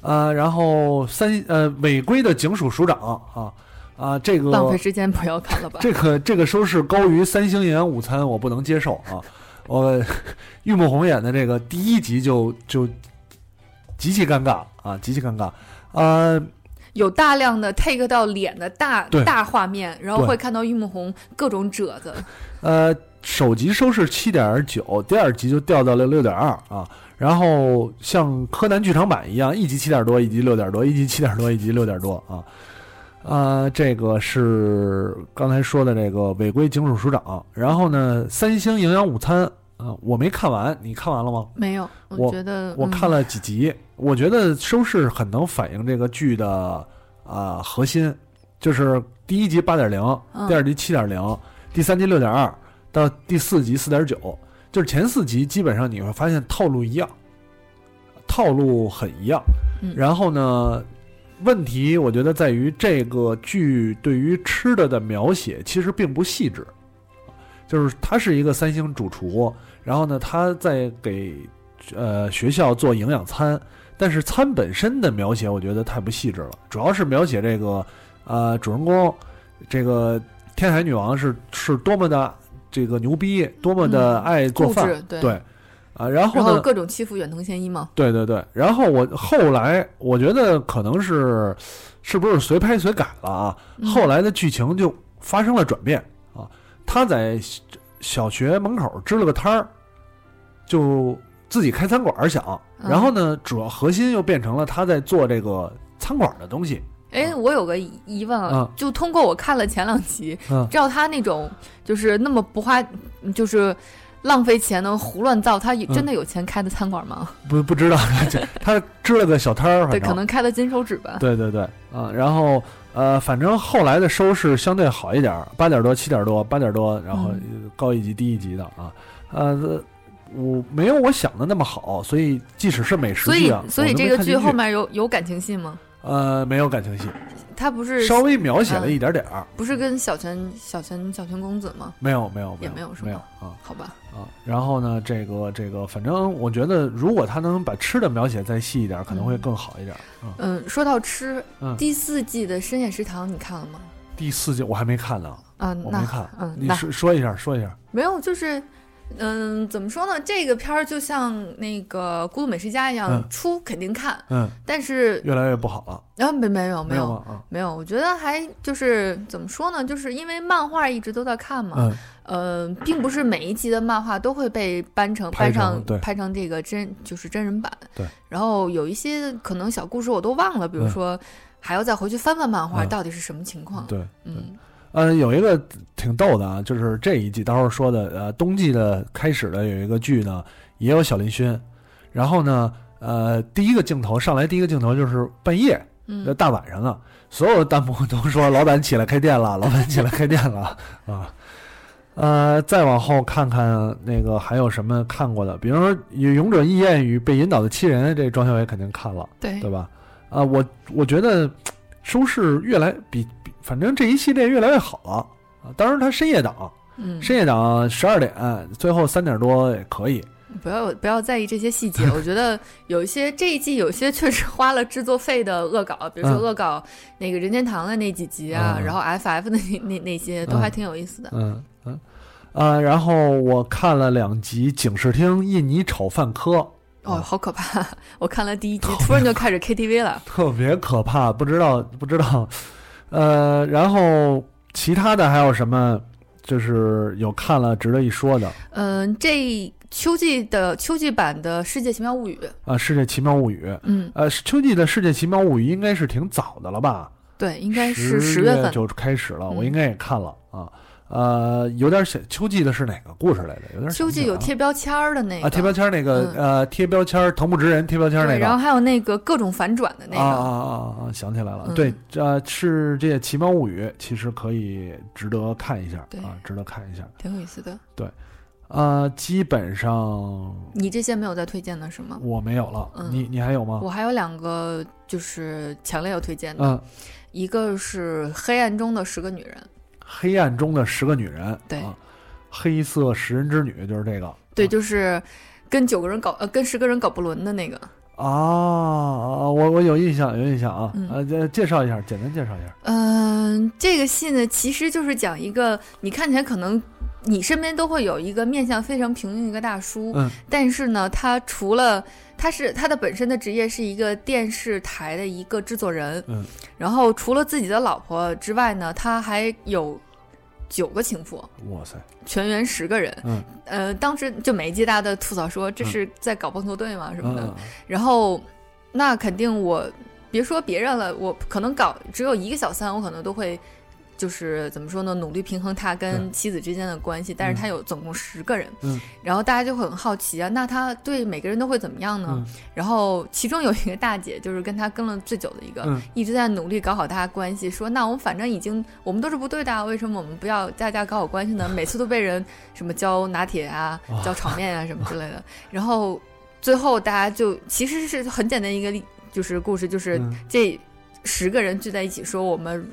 Speaker 2: 呃，然后三呃违规的警署署长啊啊，这个
Speaker 4: 浪费时间不要看了吧。
Speaker 2: 这个这个收视高于三星演午餐，我不能接受啊！我 玉木宏演的这个第一集就就极其尴尬啊，极其尴尬。呃，
Speaker 4: 有大量的 take 到脸的大
Speaker 2: 对
Speaker 4: 大画面，然后
Speaker 2: 对
Speaker 4: 会看到玉木宏各种褶子。
Speaker 2: 呃，首集收视七点九，第二集就掉到了六点二啊。然后像柯南剧场版一样，一集七点多，一集六点多，一集七点多，一集六点多啊。呃，这个是刚才说的这个违规警署署长。然后呢，三星营养午餐啊、我没看完，你看完了吗？
Speaker 4: 没有，
Speaker 2: 我
Speaker 4: 觉得嗯
Speaker 2: 我看
Speaker 4: 了，
Speaker 2: 了几集，我觉得收视很能反映这个剧的啊、呃核心，就是第一集八点零，
Speaker 4: 嗯
Speaker 2: 第二集七点零，第三集六点二，到第四集四点九，就是前四集基本上你会发现套路一样，套路很一样。
Speaker 4: 嗯
Speaker 2: 然后呢，问题我觉得在于这个剧对于吃的的描写其实并不细致，就是他是一个三星主厨，然后呢他在给呃学校做营养餐，但是餐本身的描写我觉得太不细致了，主要是描写这个呃主人公这个天海女王是是多么的这个牛逼，多么的
Speaker 4: 嗯
Speaker 2: 爱做
Speaker 4: 固
Speaker 2: 饭，
Speaker 4: 执，对
Speaker 2: 对，啊，然后
Speaker 4: 然
Speaker 2: 呢
Speaker 4: 后各种欺负远藤宪一嘛，
Speaker 2: 对对对，然后我后来我觉得可能是是不是随拍随改了啊？
Speaker 4: 嗯
Speaker 2: 后来的剧情就发生了转变啊。他在小小学门口支了个摊儿，就自己开餐馆儿想。
Speaker 4: 嗯
Speaker 2: 然后呢，主要核心又变成了他在做这个餐馆儿的东西。
Speaker 4: 哎，我有个疑问
Speaker 2: 啊
Speaker 4: 就通过我看了前两集，
Speaker 2: 嗯，
Speaker 4: 照他那种就是那么不花，就是浪费钱的胡乱造，他有
Speaker 2: 嗯
Speaker 4: 真的有钱开的餐馆吗？
Speaker 2: 不不知道， 就他支了个小摊儿，反
Speaker 4: 对，
Speaker 2: 正
Speaker 4: 可能开的金手指 吧。
Speaker 2: 对对对，啊，然后呃，反正后来的收视相对好一点儿，八点多、七点多、八点多，然后
Speaker 4: 嗯
Speaker 2: 呃高一级、低一级的啊，呃，我没有我想的那么好，所以即使是美食
Speaker 4: 所以
Speaker 2: 剧啊，，
Speaker 4: 所以
Speaker 2: 我都没
Speaker 4: 这个
Speaker 2: 看
Speaker 4: 剧
Speaker 2: 进去
Speaker 4: 后面有有感情戏吗？
Speaker 2: 呃没有感情戏，
Speaker 4: 他不是
Speaker 2: 稍微描写了
Speaker 4: 嗯
Speaker 2: 一点点儿，
Speaker 4: 不是跟小泉小泉小泉公子吗？
Speaker 2: 没有没有
Speaker 4: 也
Speaker 2: 没
Speaker 4: 没
Speaker 2: 有
Speaker 4: 有是
Speaker 2: 没有
Speaker 4: 吗
Speaker 2: 啊
Speaker 4: 好吧，
Speaker 2: 啊，然后呢，这个这个，反正我觉得如果他能把吃的描写再细一点儿，可能会
Speaker 4: 嗯
Speaker 2: 更好一点儿。嗯，
Speaker 4: 嗯，说到吃，
Speaker 2: 嗯
Speaker 4: 第四季的深夜食堂你看了吗？
Speaker 2: 第四季我还没看呢，
Speaker 4: 啊，
Speaker 2: 我
Speaker 4: 嗯那
Speaker 2: 没看，
Speaker 4: 嗯，
Speaker 2: 你
Speaker 4: 那
Speaker 2: 说说一下说一下，
Speaker 4: 没有，就是，嗯，怎么说呢？这个片儿就像那个《孤独美食家》一样，
Speaker 2: 嗯
Speaker 4: 出肯定看，
Speaker 2: 嗯，
Speaker 4: 但是
Speaker 2: 越来越不好了，
Speaker 4: 啊，没没呃有没
Speaker 2: 有
Speaker 4: 有
Speaker 2: 吗？啊。
Speaker 4: 没有，我觉得还就是怎么说呢？就是因为漫画一直都在看嘛，
Speaker 2: 嗯，
Speaker 4: 嗯、呃，并不是每一集的漫画都会被搬成
Speaker 2: 拍
Speaker 4: 搬
Speaker 2: 成
Speaker 4: 上
Speaker 2: 对
Speaker 4: 拍成这个真就是真人版，
Speaker 2: 对。
Speaker 4: 然后有一些可能小故事我都忘了，比如
Speaker 2: 嗯
Speaker 4: 说。还要再回去翻翻漫画，
Speaker 2: 嗯
Speaker 4: 到底是什么情况？
Speaker 2: 对，
Speaker 4: 嗯，
Speaker 2: 呃，有一个挺逗的啊，就是这一季，待会儿说的，呃，冬季的开始的有一个剧呢，也有小林勋，然后呢，呃，第一个镜头上来，第一个镜头就是半夜，呃
Speaker 4: 嗯，
Speaker 2: 大晚上了，所有的弹幕都说老板起来开店了，老板起来开店了啊。呃，再往后看看那个还有什么看过的，比如说《勇者义彦与被引导的七人》，这庄小伟肯定看了。
Speaker 4: 对
Speaker 2: 对吧？啊，我我觉得收视越来比比，反正这一系列越来越好了啊。当然，它深夜档，
Speaker 4: 嗯，
Speaker 2: 深夜档十二点，最后三点多也可以。
Speaker 4: 不要不要在意这些 细节，我觉得有一些这一季有些确实花了制作费的恶搞，比如说
Speaker 2: 嗯
Speaker 4: 恶搞那个任天堂的那几集啊，
Speaker 2: 嗯嗯
Speaker 4: 然后 FF 的那那那些都
Speaker 2: 嗯
Speaker 4: 还挺有意思的。
Speaker 2: 嗯嗯啊，然后我看了两集《警视厅印尼炒饭科》，嗯
Speaker 4: 哦，好可怕！我看了第一集，突然就开始 KTV 了。
Speaker 2: 特别可怕，不知道不知道。呃，然后其他的还有什么？就是有看了值得一说的
Speaker 4: 嗯，这秋季的秋季版的《世界奇妙物语》，
Speaker 2: 啊，《世界奇妙物语》。
Speaker 4: 嗯，
Speaker 2: 呃，秋季的《世界奇妙物语》应该是挺早的了吧？
Speaker 4: 对，应该
Speaker 2: 十
Speaker 4: 是十月份。
Speaker 2: 就开始了，我
Speaker 4: 嗯
Speaker 2: 应该也看了啊。呃，有点想秋季的是哪个故事来着？有点想
Speaker 4: 秋
Speaker 2: 不起
Speaker 4: 季有
Speaker 2: 来了
Speaker 4: 贴标签儿的那个，
Speaker 2: 啊啊贴标签儿那个
Speaker 4: 嗯
Speaker 2: 呃贴标签儿藤木直人贴标签儿那
Speaker 4: 对，然后
Speaker 2: 个。
Speaker 4: 还有那个各种反转的那
Speaker 2: 啊啊
Speaker 4: 个，
Speaker 2: 啊啊啊！想起来了，
Speaker 4: 嗯
Speaker 2: 对，呃，是这《奇猫物语》，其实可以值得看一下
Speaker 4: 对
Speaker 2: 啊，值得看一下。
Speaker 4: 挺有意思的。
Speaker 2: 啊，基本上
Speaker 4: 你这些没有再推荐的是吗？
Speaker 2: 我没有了，
Speaker 4: 嗯
Speaker 2: 你你还有吗？
Speaker 4: 我还有两个就是强烈要推荐的，
Speaker 2: 啊嗯，《
Speaker 4: 一个是《黑暗中的十个女人》，
Speaker 2: 黑暗中的十个女人》
Speaker 4: 对
Speaker 2: 啊，黑色食人之女就是这个，
Speaker 4: 对，
Speaker 2: 啊
Speaker 4: 就是跟九个人搞呃跟十个人搞不伦的那个。
Speaker 2: 啊，啊我我有印象，有印象啊，
Speaker 4: 嗯
Speaker 2: 呃，介介绍一下，简单介绍一下，
Speaker 4: 嗯、这个戏呢，其实就是讲一个你看起来可能。你身边都会有一个面相非常平庸的一个大叔，
Speaker 2: 嗯
Speaker 4: 但是呢，他除了他是他的本身的职业是一个电视台的一个制作人，
Speaker 2: 嗯
Speaker 4: 然后除了自己的老婆之外呢，他还有九个情妇，
Speaker 2: 哇塞，
Speaker 4: 全员十个人，
Speaker 2: 嗯
Speaker 4: 呃，当时就每一届大家都吐槽说这是在搞棒球队嘛什么的，
Speaker 2: 嗯，
Speaker 4: 然后那肯定我别说别人了，我可能搞只有一个小三，我可能都会就是怎么说呢，努力平衡他跟
Speaker 2: 嗯
Speaker 4: 妻子之间的关系，但是他有总共十个人，
Speaker 2: 嗯
Speaker 4: 然后大家就会很好奇啊，那他对每个人都会怎么样呢？
Speaker 2: 嗯
Speaker 4: 然后其中有一个大姐，就是跟他跟了最久的一个，
Speaker 2: 嗯
Speaker 4: 一直在努力搞好大家关系，说那我们反正已经我们都是不对的啊，为什么我们不要大家搞好关系呢？每次都被人什么教拿铁啊
Speaker 2: 啊、
Speaker 4: 教炒面啊什么之类的，然后最后大家就其实是很简单一个例就是故事，就是
Speaker 2: 嗯
Speaker 4: 这十个人聚在一起说我们。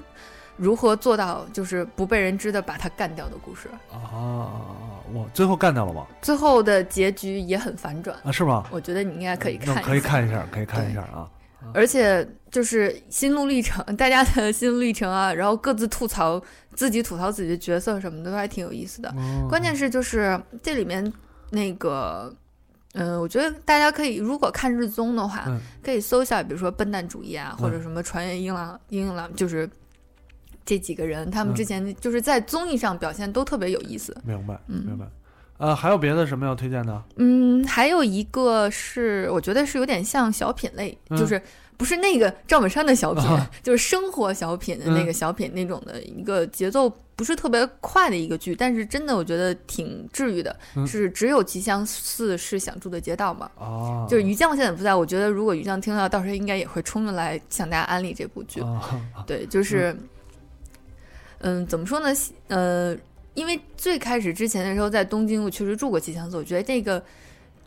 Speaker 4: 如何做到就是不被人知的把他干掉的故事？
Speaker 2: 啊啊啊，我最后干掉了吗？
Speaker 4: 最后的结局也很反转，
Speaker 2: 啊，是吗？
Speaker 4: 我觉得你应该可以看一
Speaker 2: 嗯那
Speaker 4: 下。
Speaker 2: 可以看一下，可以看一下啊，
Speaker 4: 而且就是心路历程，大家的心路历程啊，然后各自吐槽自己吐槽自己的角色什么的，都还挺有意思的。
Speaker 2: 嗯
Speaker 4: 关键是就是这里面那个，嗯，我觉得大家可以，如果看日综的话，
Speaker 2: 嗯
Speaker 4: 可以搜一下，比如说笨蛋主义啊，
Speaker 2: 嗯
Speaker 4: 或者什么船原英郎、英郎，就是这几个人，他们
Speaker 2: 嗯
Speaker 4: 之前就是在综艺上表现都特别有意思。
Speaker 2: 明白，
Speaker 4: 嗯
Speaker 2: 明白。呃，还有别的什么要推荐的？
Speaker 4: 嗯，还有一个是，我觉得是有点像小品类，
Speaker 2: 嗯
Speaker 4: 就是不是那个赵本山的小品，
Speaker 2: 啊 嗯
Speaker 4: 就是生活小品的那个小品那种的一个节奏不是特别快的一个剧，但是真的我觉得挺治愈的。
Speaker 2: 嗯
Speaker 4: 是只有吉祥寺是想住的街道嘛？
Speaker 2: 哦，
Speaker 4: 就是于酱现在不在，我觉得如果于酱听到，到时候应该也会冲着来向大家安利这部剧。
Speaker 2: 啊，
Speaker 4: 对，就是，嗯，怎么说呢？呃，因为最开始之前的时候在东京，我确实住过吉祥寺，我觉得这个，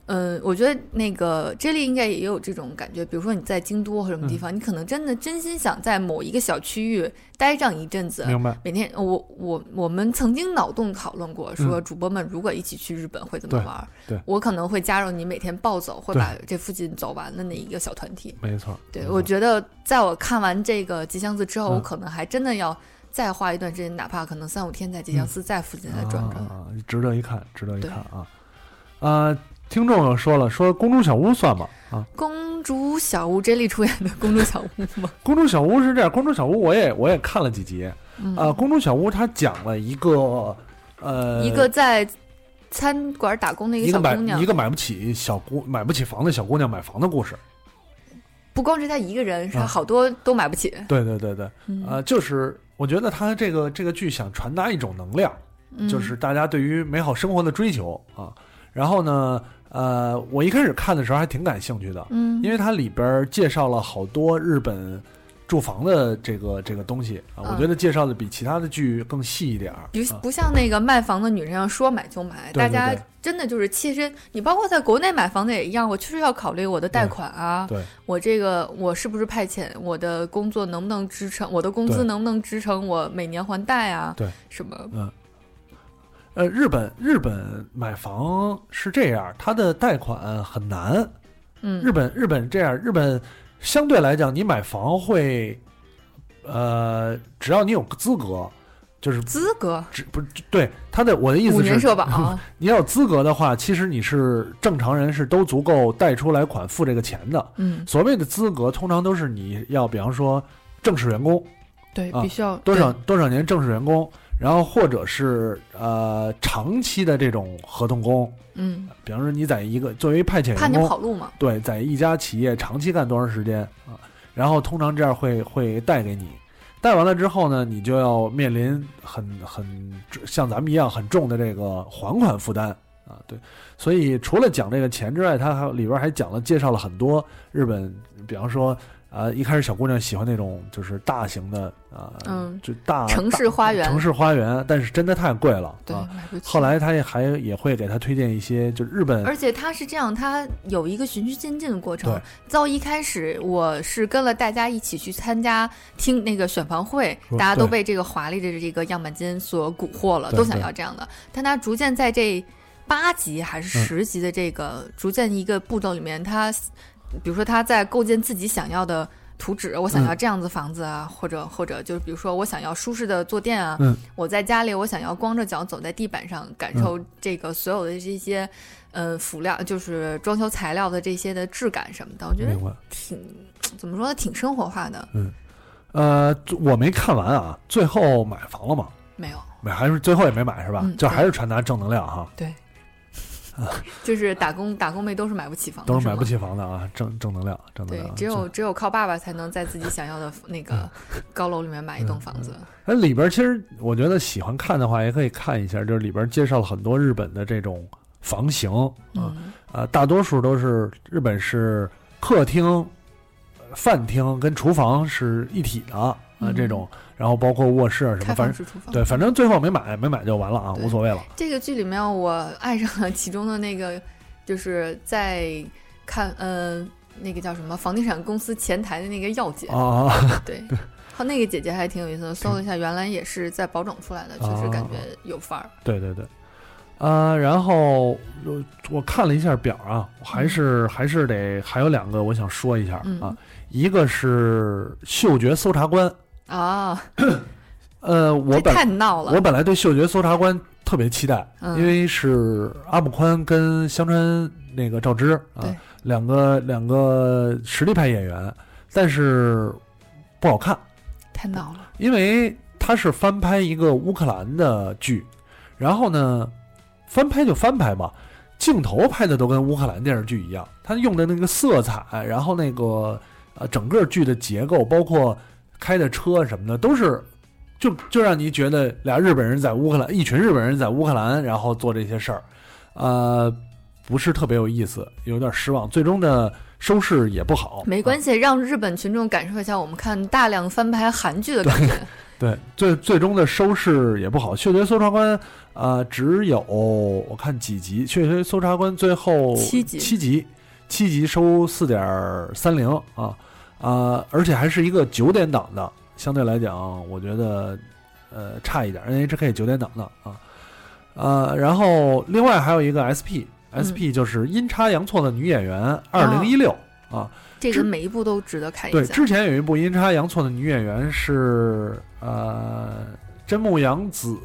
Speaker 4: 嗯、我觉得那个 J 莉应该也有这种感觉。比如说你在京都或什么
Speaker 2: 嗯
Speaker 4: 地方，你可能真的真心想在某一个小区域待上一阵子。
Speaker 2: 明白。
Speaker 4: 每天，我我我们曾经脑洞讨论过，说
Speaker 2: 嗯
Speaker 4: 主播们如果一起去日本会怎么
Speaker 2: 对
Speaker 4: 玩儿？
Speaker 2: 对
Speaker 4: 我可能会加入你每天暴走，会
Speaker 2: 对
Speaker 4: 把这附近走完的那一个小团体。
Speaker 2: 没错，
Speaker 4: 对，
Speaker 2: 没错
Speaker 4: 我觉得在我看完这个吉祥寺之后，
Speaker 2: 嗯
Speaker 4: 我可能还真的要再花一段时间，哪怕可能三五天在吉祥
Speaker 2: 嗯
Speaker 4: 寺在附近再转转。
Speaker 2: 啊，值得一看，值得一
Speaker 4: 对
Speaker 2: 看啊。呃，听众又说了，说《公主小屋》算吗？啊，
Speaker 4: 公主小屋 J 莉出演的公主小屋 吗？
Speaker 2: 《公主小屋》是这样，《公主小屋》我也我也看了几集。
Speaker 4: 嗯，
Speaker 2: 啊，《公主小屋》它讲了一个呃
Speaker 4: 一个在餐馆打工的一
Speaker 2: 一个
Speaker 4: 个小
Speaker 2: 买
Speaker 4: 姑娘
Speaker 2: 一，个买不起小姑买不起房的小姑娘买房的故事。
Speaker 4: 不光是她一个人，是她
Speaker 2: 啊
Speaker 4: 好多都买不起。
Speaker 2: 对对对对，
Speaker 4: 哎嗯
Speaker 2: 呃，就是我觉得他这个这个剧想传达一种能量，
Speaker 4: 嗯
Speaker 2: 就是大家对于美好生活的追求啊。然后呢，呃，我一开始看的时候还挺感兴趣的，
Speaker 4: 嗯，
Speaker 2: 因为它里边儿介绍了好多日本住房的这个这个东西啊，我
Speaker 4: 嗯
Speaker 2: 觉得介绍的比其他的剧更细一点儿。
Speaker 4: 不
Speaker 2: 啊
Speaker 4: 不像那个卖房的女人要说买就买，
Speaker 2: 对对
Speaker 4: 大
Speaker 2: 对
Speaker 4: 家真的就是切身。你包括在国内买房子也一样，我确实要考虑我的贷
Speaker 2: 对
Speaker 4: 款啊，
Speaker 2: 对
Speaker 4: 我这个我是不是派遣，我的工作能不能支撑，我的工资
Speaker 2: 对
Speaker 4: 能不能支撑我每年还贷啊？
Speaker 2: 对，
Speaker 4: 什么？
Speaker 2: 呃，日本日本买房是这样，它的贷款很难。
Speaker 4: 嗯，
Speaker 2: 日本日本这样，日本相对来讲，你买房会，呃，只要你有资格，就是
Speaker 4: 资格
Speaker 2: 只不对他的我的意
Speaker 4: 五
Speaker 2: 思
Speaker 4: 年
Speaker 2: 是，
Speaker 4: 社保啊，
Speaker 2: 你要有资格的话，其实你是正常人是都足够贷出来款付这个钱的。
Speaker 4: 嗯，
Speaker 2: 所谓的资格，通常都是你要，比方说正式员工
Speaker 4: 对，
Speaker 2: 啊
Speaker 4: 必须要
Speaker 2: 多少多少年正式员工，然后或者是呃长期的这种合同工，
Speaker 4: 对嗯，
Speaker 2: 比方说你在一个作为派遣
Speaker 4: 怕
Speaker 2: 员
Speaker 4: 你
Speaker 2: 工，
Speaker 4: 跑路嘛，
Speaker 2: 对，在一家企业长期干多长时间啊？然后通常这样会会带给你，带完了之后呢，你就要面临很很像咱们一样很重的这个还款负担啊。对，所以除了讲这个钱之外，它还里边还讲了介绍了很多日本，比方说啊、一开始小姑娘喜欢那种就是大型的啊，
Speaker 4: 嗯
Speaker 2: 就大
Speaker 4: 城市花园
Speaker 2: 大城市花园，但是真的太贵了
Speaker 4: 对，
Speaker 2: 啊。
Speaker 4: 买不起。
Speaker 2: 后。来他也还也会给她推荐一些就日本
Speaker 4: 而且它是这样，它有一个循序渐进的过程
Speaker 2: 对。
Speaker 4: 到一开始，我是跟了大家一起去参加听那个选房会，
Speaker 2: 嗯
Speaker 4: 大家都
Speaker 2: 对
Speaker 4: 被这个华丽的这个样板间所蛊惑了，
Speaker 2: 对
Speaker 4: 都想
Speaker 2: 对
Speaker 4: 要这样的。但它逐渐在这八集还
Speaker 2: 嗯
Speaker 4: 是十集的这个、逐渐一个步骤里面，它比如说他在构建自己想要的。图纸，我想要这样子房子啊，或者或者就是比如说我想要舒适的坐垫啊，
Speaker 2: 嗯
Speaker 4: 我在家里我想要光着脚走在地板上，感受
Speaker 2: 嗯
Speaker 4: 这个所有的这些，呃，辅料就是装修材料的这些的质感什么的，我觉得
Speaker 2: 明白。
Speaker 4: 挺怎么说呢，挺生活化的。
Speaker 2: 呃，我没看完啊，最后买房了吗？
Speaker 4: 没有，
Speaker 2: 买还是最后也没买是吧？
Speaker 4: 嗯
Speaker 2: 就还是传达正能量哈，
Speaker 4: 就是打工打工妹都是买不起房的，
Speaker 2: 都是买不
Speaker 4: 吗。
Speaker 2: 起啊房的啊，正正能量，正能
Speaker 4: 对
Speaker 2: 量。，
Speaker 4: 只有只有靠爸爸才能在自己想要的那个
Speaker 2: 嗯
Speaker 4: 高楼里面买一栋房子。
Speaker 2: 哎，里边其实我觉得喜欢看的话，也可以看一下，就是里边介绍了很多日本的这种房型啊，
Speaker 4: 嗯，
Speaker 2: 呃，大多数都是日本是客厅、呃饭厅跟厨房是一体的啊，
Speaker 4: 嗯
Speaker 2: 这种，然后包括卧室啊什
Speaker 4: 开
Speaker 2: 么，反
Speaker 4: 放
Speaker 2: 正
Speaker 4: 式厨房。
Speaker 2: 对，反正最后没买，没买就完了啊，
Speaker 4: 对
Speaker 2: 无所谓了。
Speaker 4: 这个剧里面，我爱上了其中的那个，就是在看呃那个叫什么房地产公司前台的那个药姐，
Speaker 2: 啊，
Speaker 4: 对，她那个姐姐还挺有意思的。搜了一下，原来也是在宝冢出来的，确实感觉有范儿。
Speaker 2: 对对对，呃，然后我我看了一下表啊，我
Speaker 4: 嗯
Speaker 2: 还是还是得还有两个我想说一下啊，
Speaker 4: 嗯
Speaker 2: 一个是嗅觉搜查官，
Speaker 4: 啊，
Speaker 2: 呃，我
Speaker 4: 这
Speaker 2: 本
Speaker 4: 太闹
Speaker 2: 我
Speaker 4: 了。
Speaker 2: 本来对嗅觉搜查官特别期待，
Speaker 4: 嗯
Speaker 2: 因为是阿姆宽跟香川那个赵之啊
Speaker 4: 对，
Speaker 2: 两个两个实力派演员，但是不好看，
Speaker 4: 太闹了，
Speaker 2: 因为他是翻拍一个乌克兰的剧，然后呢，翻拍就翻拍吧，镜头拍的都跟乌克兰电视剧一样，他用的那个色彩，然后那个呃整个剧的结构，包括开的车什么的，都是就就让你觉得俩日本人在乌克兰，一群日本人在乌克兰，然后做这些事儿，呃，不是特别有意思，有点失望，最终的收视也不好，
Speaker 4: 没关系，让日本群众感受一下我们看大量翻拍韩剧的感觉。
Speaker 2: 对，最最终的收视也不好。嗅觉搜查官，呃，只有我看几集，嗅觉搜查官最后
Speaker 4: 七集
Speaker 2: 七集，七集收四点三零啊啊、而且还是一个九点档的，相对来讲，我觉得呃差一点，NHK 九点档的啊，呃，然后另外还有一个 SP。
Speaker 4: 嗯
Speaker 2: SP 就是阴差阳错的女演员，二零一六啊，
Speaker 4: 这
Speaker 2: 之
Speaker 4: 个每一部都值得看
Speaker 2: 对，
Speaker 4: 一下。
Speaker 2: 之前有一部阴差阳错的女演员是呃真木阳子，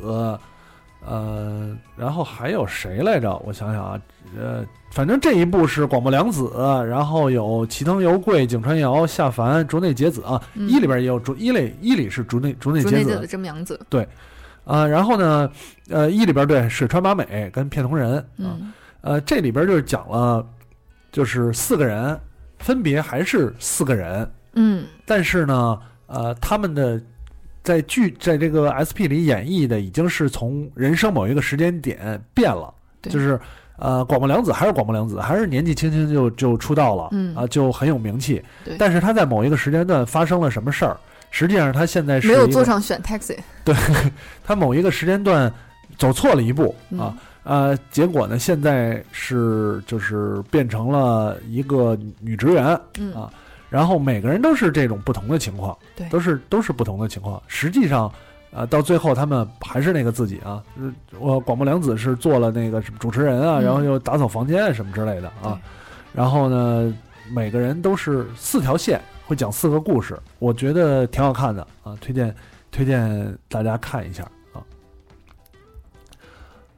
Speaker 2: 呃，然后还有谁来着？我想想啊，呃，反正这一部是广末凉子，然后有齐藤由贵、井川遥、夏帆、竹内结子啊，
Speaker 4: 嗯
Speaker 2: 一里边也有竹一里一里是竹内竹内
Speaker 4: 竹
Speaker 2: 结
Speaker 4: 内
Speaker 2: 子
Speaker 4: 结子真名子，
Speaker 2: 啊、然后呢，呃，一里边对水川麻美跟片桐人啊。
Speaker 4: 嗯，
Speaker 2: 呃，这里边就是讲了，就是四个人，分别还是四个人，
Speaker 4: 嗯，
Speaker 2: 但是呢，呃，他们的在剧在这个 SP 里演绎的已经是从人生某一个时间点变了，
Speaker 4: 对
Speaker 2: 就是呃，广末凉子还是广末凉子，还是年纪轻轻就就出道了，
Speaker 4: 嗯
Speaker 2: 啊，就很有名气
Speaker 4: 对。
Speaker 2: 但是他在某一个时间段发生了什么事儿，实际上他现在是
Speaker 4: 没有
Speaker 2: 一个
Speaker 4: 坐上选 taxi，
Speaker 2: 他某一个时间段走错了一步
Speaker 4: 嗯
Speaker 2: 啊。呃，结果呢，现在是就是变成了一个女职员，
Speaker 4: 嗯
Speaker 2: 啊然后每个人都是这种不同的情况，
Speaker 4: 对
Speaker 2: 都是都是不同的情况。实际上，呃，到最后他们还是那个自己啊。呃我广播良子是做了那个什么主持人啊，
Speaker 4: 嗯
Speaker 2: 然后又打扫房间啊什么之类的
Speaker 4: 对
Speaker 2: 啊。然后呢，每个人都是四条线，会讲四个故事，我觉得挺好看的啊，推荐推荐大家看一下啊。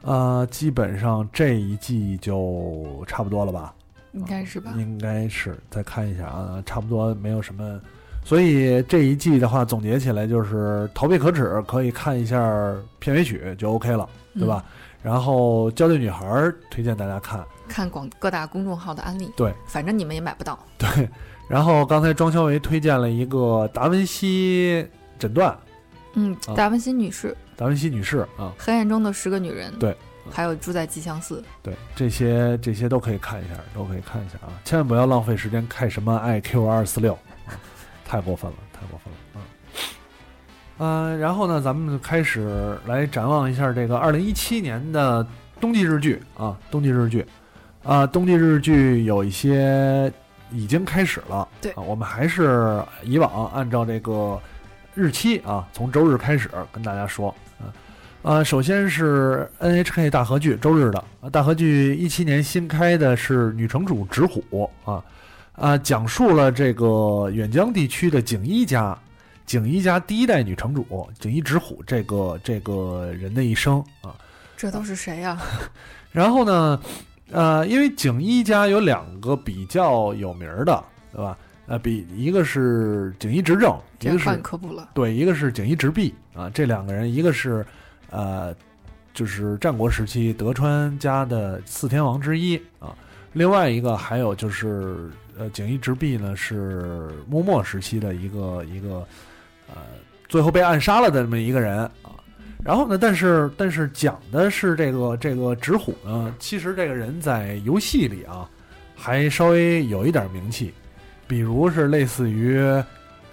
Speaker 2: 呃，基本上这一季就差不多了吧？
Speaker 4: 应该是吧？
Speaker 2: 应该是，再看一下啊，差不多没有什么。所以这一季的话，总结起来就是逃避可耻，可以看一下片尾曲就 OK 了，
Speaker 4: 嗯
Speaker 2: 对吧？然后《焦虑女孩》推荐大家看，
Speaker 4: 嗯？看广各大公众号的安利，
Speaker 2: 对，
Speaker 4: 反正你们也买不到。
Speaker 2: 对。然后刚才庄小维推荐了一个达文西诊断，
Speaker 4: 嗯
Speaker 2: 啊，
Speaker 4: 达文西女士，
Speaker 2: 达文西女士啊，
Speaker 4: 黑暗中的十个女人，
Speaker 2: 对，
Speaker 4: 还有住在吉祥寺，
Speaker 2: 对，这些这些都可以看一下，都可以看一下啊，千万不要浪费时间看什么 IQ 二四六，啊太过分了，太过分了啊。嗯、然后呢，咱们就开始来展望一下这个二零一七年的冬季日剧啊，冬季日剧啊，冬季日剧有一些已经开始了，
Speaker 4: 对
Speaker 2: 啊，我们还是以往按照这个日期啊，从周日开始跟大家说啊。呃，首先是 NHK 大河剧周日的啊大河剧，一七年新开的是《女城主直虎》啊啊，讲述了这个远江地区的景一家，景一家第一代女城主景一直虎这个这个人的一生啊。
Speaker 4: 这都是谁啊呀、
Speaker 2: 然后呢，呃，因为景一家有两个比较有名儿的，对吧？呃，比一个是景一执政，一
Speaker 4: 这
Speaker 2: 个
Speaker 4: 个
Speaker 2: 是
Speaker 4: 换科普了。
Speaker 2: 对，一个是景一直弼啊，这两个人，一个是呃，就是战国时期德川家的四天王之一啊，另外一个还有就是呃，景一直弼呢是幕末时期的一个一个呃，最后被暗杀了的这么一个人啊。然后呢，但是但是讲的是这个这个直虎呢，其实这个人在游戏里啊，还稍微有一点名气，比如是类似于。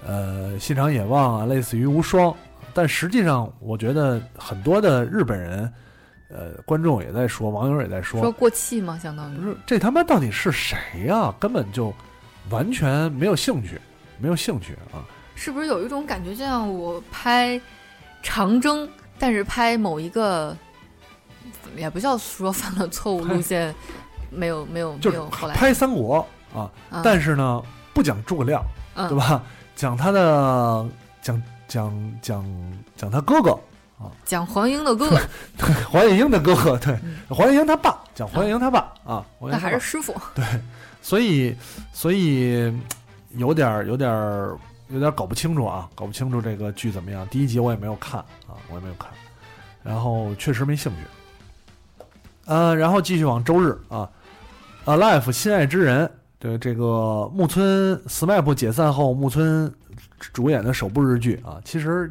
Speaker 2: 呃，信长野望啊，类似于无双，但实际上我觉得很多的日本人，呃，观众也在说，网友也在说，
Speaker 4: 说过气吗？相当
Speaker 2: 不
Speaker 4: 于
Speaker 2: 是这他妈到底是谁呀、根本就完全没有兴趣，没有兴趣啊！
Speaker 4: 是不是有一种感觉，就像我拍长征，但是拍某一个，也不叫说犯了错误路线，没有没有
Speaker 2: 就
Speaker 4: 没
Speaker 2: 是
Speaker 4: 有后来，
Speaker 2: 拍三国啊，
Speaker 4: 啊
Speaker 2: 但是呢，不讲诸葛亮，
Speaker 4: 嗯
Speaker 2: 对吧？讲他的讲讲讲讲他哥哥，
Speaker 4: 讲黄英的哥哥，
Speaker 2: 对， 黄月英的哥哥，对
Speaker 4: 嗯，
Speaker 2: 黄月英他爸，讲黄月英他爸啊，黄月英
Speaker 4: 那
Speaker 2: 他
Speaker 4: 还
Speaker 2: 爸
Speaker 4: 是 师傅。
Speaker 2: 所以，所以嗯有点儿，有点儿，有点儿搞不清楚啊，搞不清楚这个剧怎么样。第一集我也没有看啊，我也没有看，然后确实没兴趣。呃，然后继续往周日啊，《Alive》心爱之人，对这个木村 SMAP 解散后，木村主演的首部日剧啊，其实。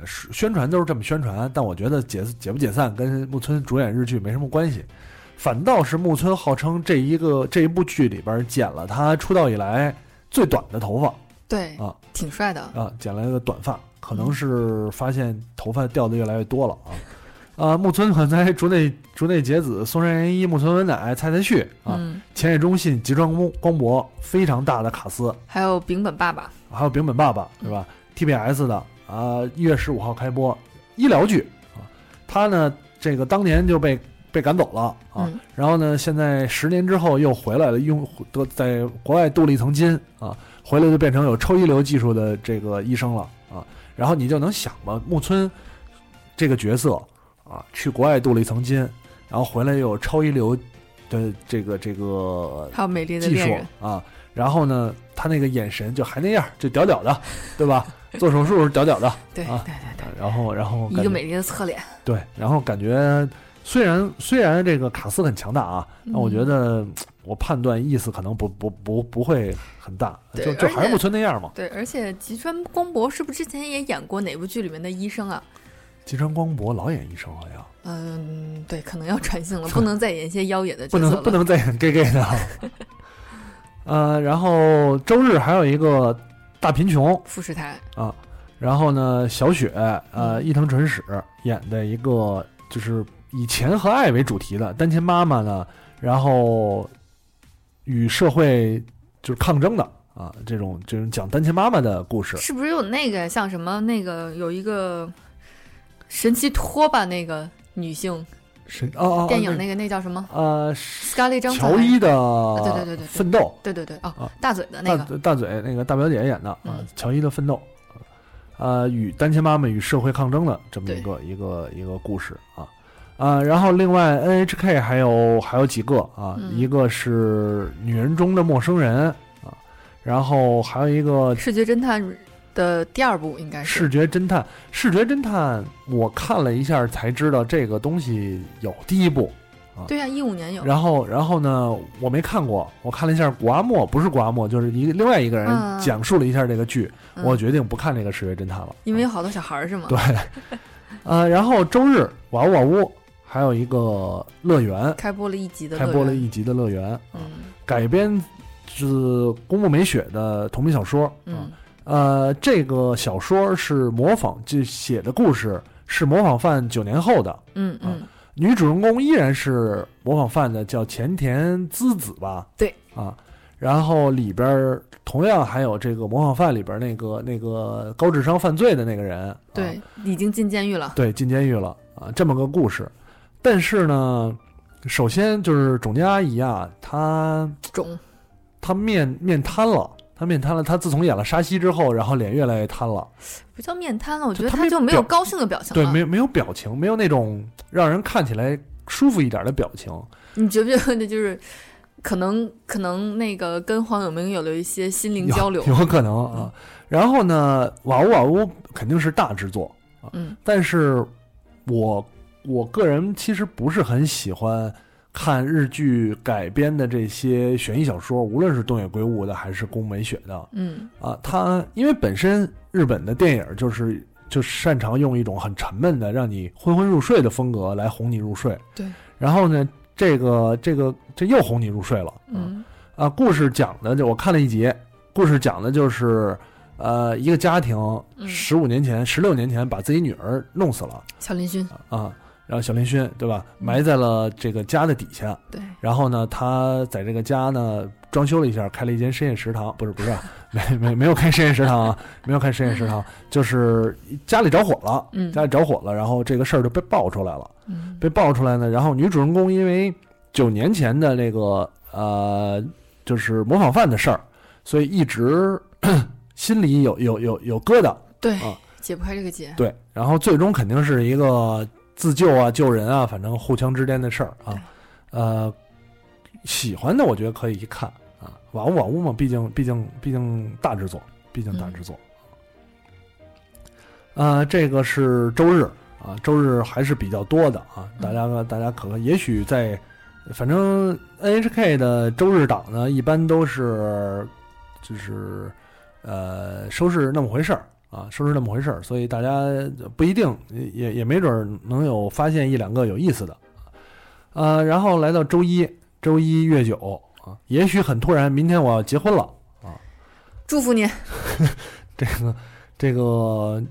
Speaker 2: 呃是宣传都是这么宣传，但我觉得解解不解散跟木村主演日剧没什么关系，反倒是木村号称这一个这一部剧里边剪了他出道以来最短的头发
Speaker 4: 对，
Speaker 2: 啊
Speaker 4: 挺帅的。
Speaker 2: 啊，剪了一个短发，可能是发现头发掉的越来越多了啊。啊，木村拓哉、竹内竹内结子、松山研一、木村文乃、蔡太旭啊，
Speaker 4: 嗯，
Speaker 2: 前野忠信、吉川光光博，非常大的卡司，
Speaker 4: 还有丙本爸爸，
Speaker 2: 还有丙本爸爸，对吧？TBS 的啊，一月十五号开播医疗剧啊，他呢这个当年就被被赶走了啊，
Speaker 4: 嗯
Speaker 2: 然后呢现在十年之后又回来了，用得在国外镀了一层金啊，回来就变成有超一流技术的这个医生了啊，然后你就能想吧，木村这个角色啊，去国外镀了一层金，然后回来又有超一流的这个这个
Speaker 4: 还有美丽的
Speaker 2: 技
Speaker 4: 恋
Speaker 2: 术
Speaker 4: 人，
Speaker 2: 啊，然后呢，他那个眼神就还那样，就屌屌的，对吧？做手术是屌屌的，
Speaker 4: 对
Speaker 2: 啊
Speaker 4: 对对
Speaker 2: 啊然后然后感
Speaker 4: 对，一个
Speaker 2: 觉
Speaker 4: 美丽的侧脸。
Speaker 2: 对，然后感觉虽然虽然这个卡斯很强大啊，但我觉得嗯我判断意思可能不不不不会很大，
Speaker 4: 对
Speaker 2: 就就
Speaker 4: 而且
Speaker 2: 还是木村那样嘛。
Speaker 4: 对，而且吉川光博是不是之前也演过哪部剧里面的医生啊？
Speaker 2: 吉川光博老演医生好像
Speaker 4: 嗯，对，可能要转型了，不能再演一些妖冶的角
Speaker 2: 不
Speaker 4: 色了。
Speaker 2: 能不能再演 gay gay 的 了。呃，然后周日还有一个大贫穷，
Speaker 4: 富士台，
Speaker 2: 然后呢，小雪，呃，
Speaker 4: 嗯
Speaker 2: 伊藤纯史演的一个就是以钱和爱为主题的单亲妈妈呢，然后与社会就是抗争的啊，这种这种讲单亲妈妈的故事。
Speaker 4: 是不是有那个像什么那个有一个神奇拖把那个女性
Speaker 2: 谁？哦哦，哦
Speaker 4: 电影那个那叫什么？
Speaker 2: 呃，
Speaker 4: Scarlett 张啊
Speaker 2: 乔伊的
Speaker 4: 对对对对对
Speaker 2: 奋斗，
Speaker 4: 对对对，哦
Speaker 2: 啊，
Speaker 4: 大嘴的那个，
Speaker 2: 大大嘴那个大表姐演的啊
Speaker 4: 嗯，
Speaker 2: 乔伊的奋斗，呃，与单亲妈妈与社会抗争的这么一个一个一个故事啊啊，然后另外 NHK 还有还有几个啊，
Speaker 4: 嗯
Speaker 2: 一个是《女人中的陌生人》啊，然后还有一个
Speaker 4: 视觉侦探的第二部应该是
Speaker 2: 视觉侦探，视觉侦探，我看了一下才知道这个东西有第一部，
Speaker 4: 对呀、1一五啊年有，
Speaker 2: 然后，然后呢，我没看过，我看了一下古阿莫，不是古阿莫，就是一个另外一个人
Speaker 4: 嗯
Speaker 2: 讲述了一下这个剧，
Speaker 4: 嗯
Speaker 2: 我决定不看这个《十月侦探》了，
Speaker 4: 因为有好多小孩儿是吗？
Speaker 2: 对，呃，然后周日瓦屋瓦屋还有一个乐园
Speaker 4: 开播了一集的乐
Speaker 2: 开
Speaker 4: 园，
Speaker 2: 播了一集的乐园，
Speaker 4: 嗯
Speaker 2: 改编自宫部美雪的同名小说，
Speaker 4: 嗯，
Speaker 2: 呃，这个小说是模仿就写的故事是模仿犯九年后的，
Speaker 4: 嗯嗯，
Speaker 2: 女主人公依然是模仿犯的，叫前田滋子吧？
Speaker 4: 对
Speaker 2: 啊，然后里边儿同样还有这个模仿犯里边儿那个那个高智商犯罪的那个人，啊
Speaker 4: 对，已经进监狱了。
Speaker 2: 对，进监狱了啊，这么个故事。但是呢，首先就是种家阿姨啊，她
Speaker 4: 种
Speaker 2: 她面面瘫了。她面瘫了，她自从演了沙溪之后，然后脸越来越瘫了，
Speaker 4: 不叫面瘫了，我
Speaker 2: 就
Speaker 4: 觉得
Speaker 2: 他
Speaker 4: 他
Speaker 2: 没
Speaker 4: 就没有
Speaker 2: 表
Speaker 4: 高兴的表情
Speaker 2: 对，
Speaker 4: 了。
Speaker 2: 没有没有表情，没有那种让人看起来舒服一点的表情，
Speaker 4: 你觉不觉得就是可能可能那个跟黄晓明有了一些心灵
Speaker 2: 有
Speaker 4: 交流？
Speaker 2: 有可能啊。然后呢，瓦屋瓦屋肯定是大制作，
Speaker 4: 嗯
Speaker 2: 但是我我个人其实不是很喜欢看日剧改编的这些悬疑小说，无论是东野圭吾的还是宫美雪的
Speaker 4: 嗯
Speaker 2: 啊，它因为本身日本的电影就是。就擅长用一种很沉闷的、让你昏昏入睡的风格来哄你入睡。
Speaker 4: 对。
Speaker 2: 然后呢，这个、这个、这又哄你入睡了。啊
Speaker 4: 嗯
Speaker 2: 啊，故事讲的就我看了一集，故事讲的就是，呃，一个家庭
Speaker 4: 嗯
Speaker 2: 十五年前、十六年前把自己女儿弄死了
Speaker 4: 小林勋
Speaker 2: 啊，然后小林勋对吧，
Speaker 4: 嗯
Speaker 2: 埋在了这个家的底下，
Speaker 4: 对，
Speaker 2: 然后呢，他在这个家呢装修了一下，开了一间深夜食堂，不是不 是啊，没没没有开深夜食堂啊，没有开深夜食堂，就是家里着火了，
Speaker 4: 嗯
Speaker 2: 家里着火了，然后这个事儿就被爆出来了。
Speaker 4: 嗯
Speaker 2: 被爆出来呢，然后女主人公因为九年前的那个呃，就是模 仿犯的事儿，所以一直心里有有有有疙瘩，
Speaker 4: 对
Speaker 2: 啊，
Speaker 4: 解不开这个结。
Speaker 2: 对，然后最终肯定是一个自救啊、救人啊，反正互相之间的事儿啊。呃，喜欢的我觉得可以一看啊，瓦屋瓦屋嘛，毕竟毕竟毕竟大制作，毕竟大制作。呃，这个是周日啊，周日还是比较多的啊，大家大家可也许在，反正 NHK 的周日档呢，一般都是就是呃收拾那么回事儿啊，收拾那么回事儿，所以大家不一定也也没准儿能有发现一两个有意思的，呃，然后来到周一，周一月九啊，也许很突然，明天我要结婚了，
Speaker 4: 祝福你，
Speaker 2: 这个这个，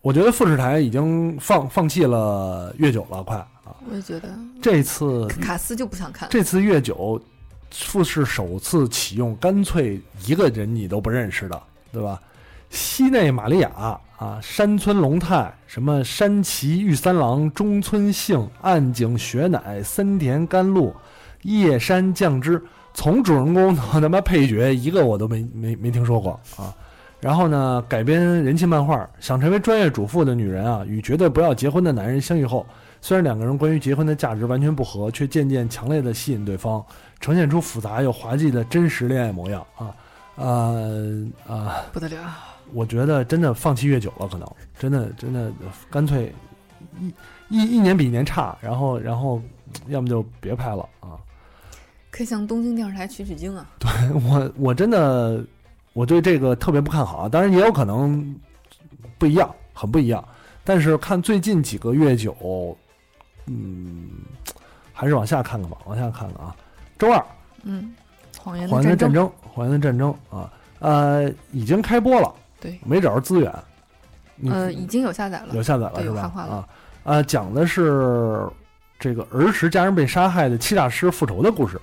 Speaker 2: 我觉得富士台已经放放弃了月九了，快啊，
Speaker 4: 我也觉得
Speaker 2: 这次
Speaker 4: 卡斯就不想看。
Speaker 2: 这次月九，富士首次启用干脆一个人你都不认识的，对吧？西内玛利亚啊，山村龙太，什么山崎玉三郎、中村幸、岸井雪乃、森田甘露、叶山降之，从主人公到他妈配角，一个我都没 没没听说过啊。然后呢，改编人气漫画，想成为专业主妇的女人啊，与绝对不要结婚的男人相遇后，虽然两个人关于结婚的价值完全不合，却渐渐强烈的吸引对方，呈现出复杂又滑稽的真实恋爱模样啊。呃啊，
Speaker 4: 不得了，
Speaker 2: 我觉得真的放弃越久了，可能真的真的呃干脆一一一年比一年差，然后然后嗯要么就别拍了啊。
Speaker 4: 可以向东京电视台取取经啊！
Speaker 2: 我我真的我对这个特别不看好啊，当然也有可能不一样，很不一样。但是看最近几个月九，嗯，还是往下看看吧，往下看看啊。周二，
Speaker 4: 嗯，谎言
Speaker 2: 还
Speaker 4: 的
Speaker 2: 原
Speaker 4: 战
Speaker 2: 战
Speaker 4: 争，
Speaker 2: 争，还原战争啊，呃，已经开播了，
Speaker 4: 对，
Speaker 2: 没找着资源，你
Speaker 4: 呃，已经有下载了
Speaker 2: 嗯有。下载了
Speaker 4: 对
Speaker 2: 是
Speaker 4: 有
Speaker 2: 吧
Speaker 4: 汉化？了
Speaker 2: 啊，呃，讲的是这个儿时家人被杀害的欺诈师复仇的故事，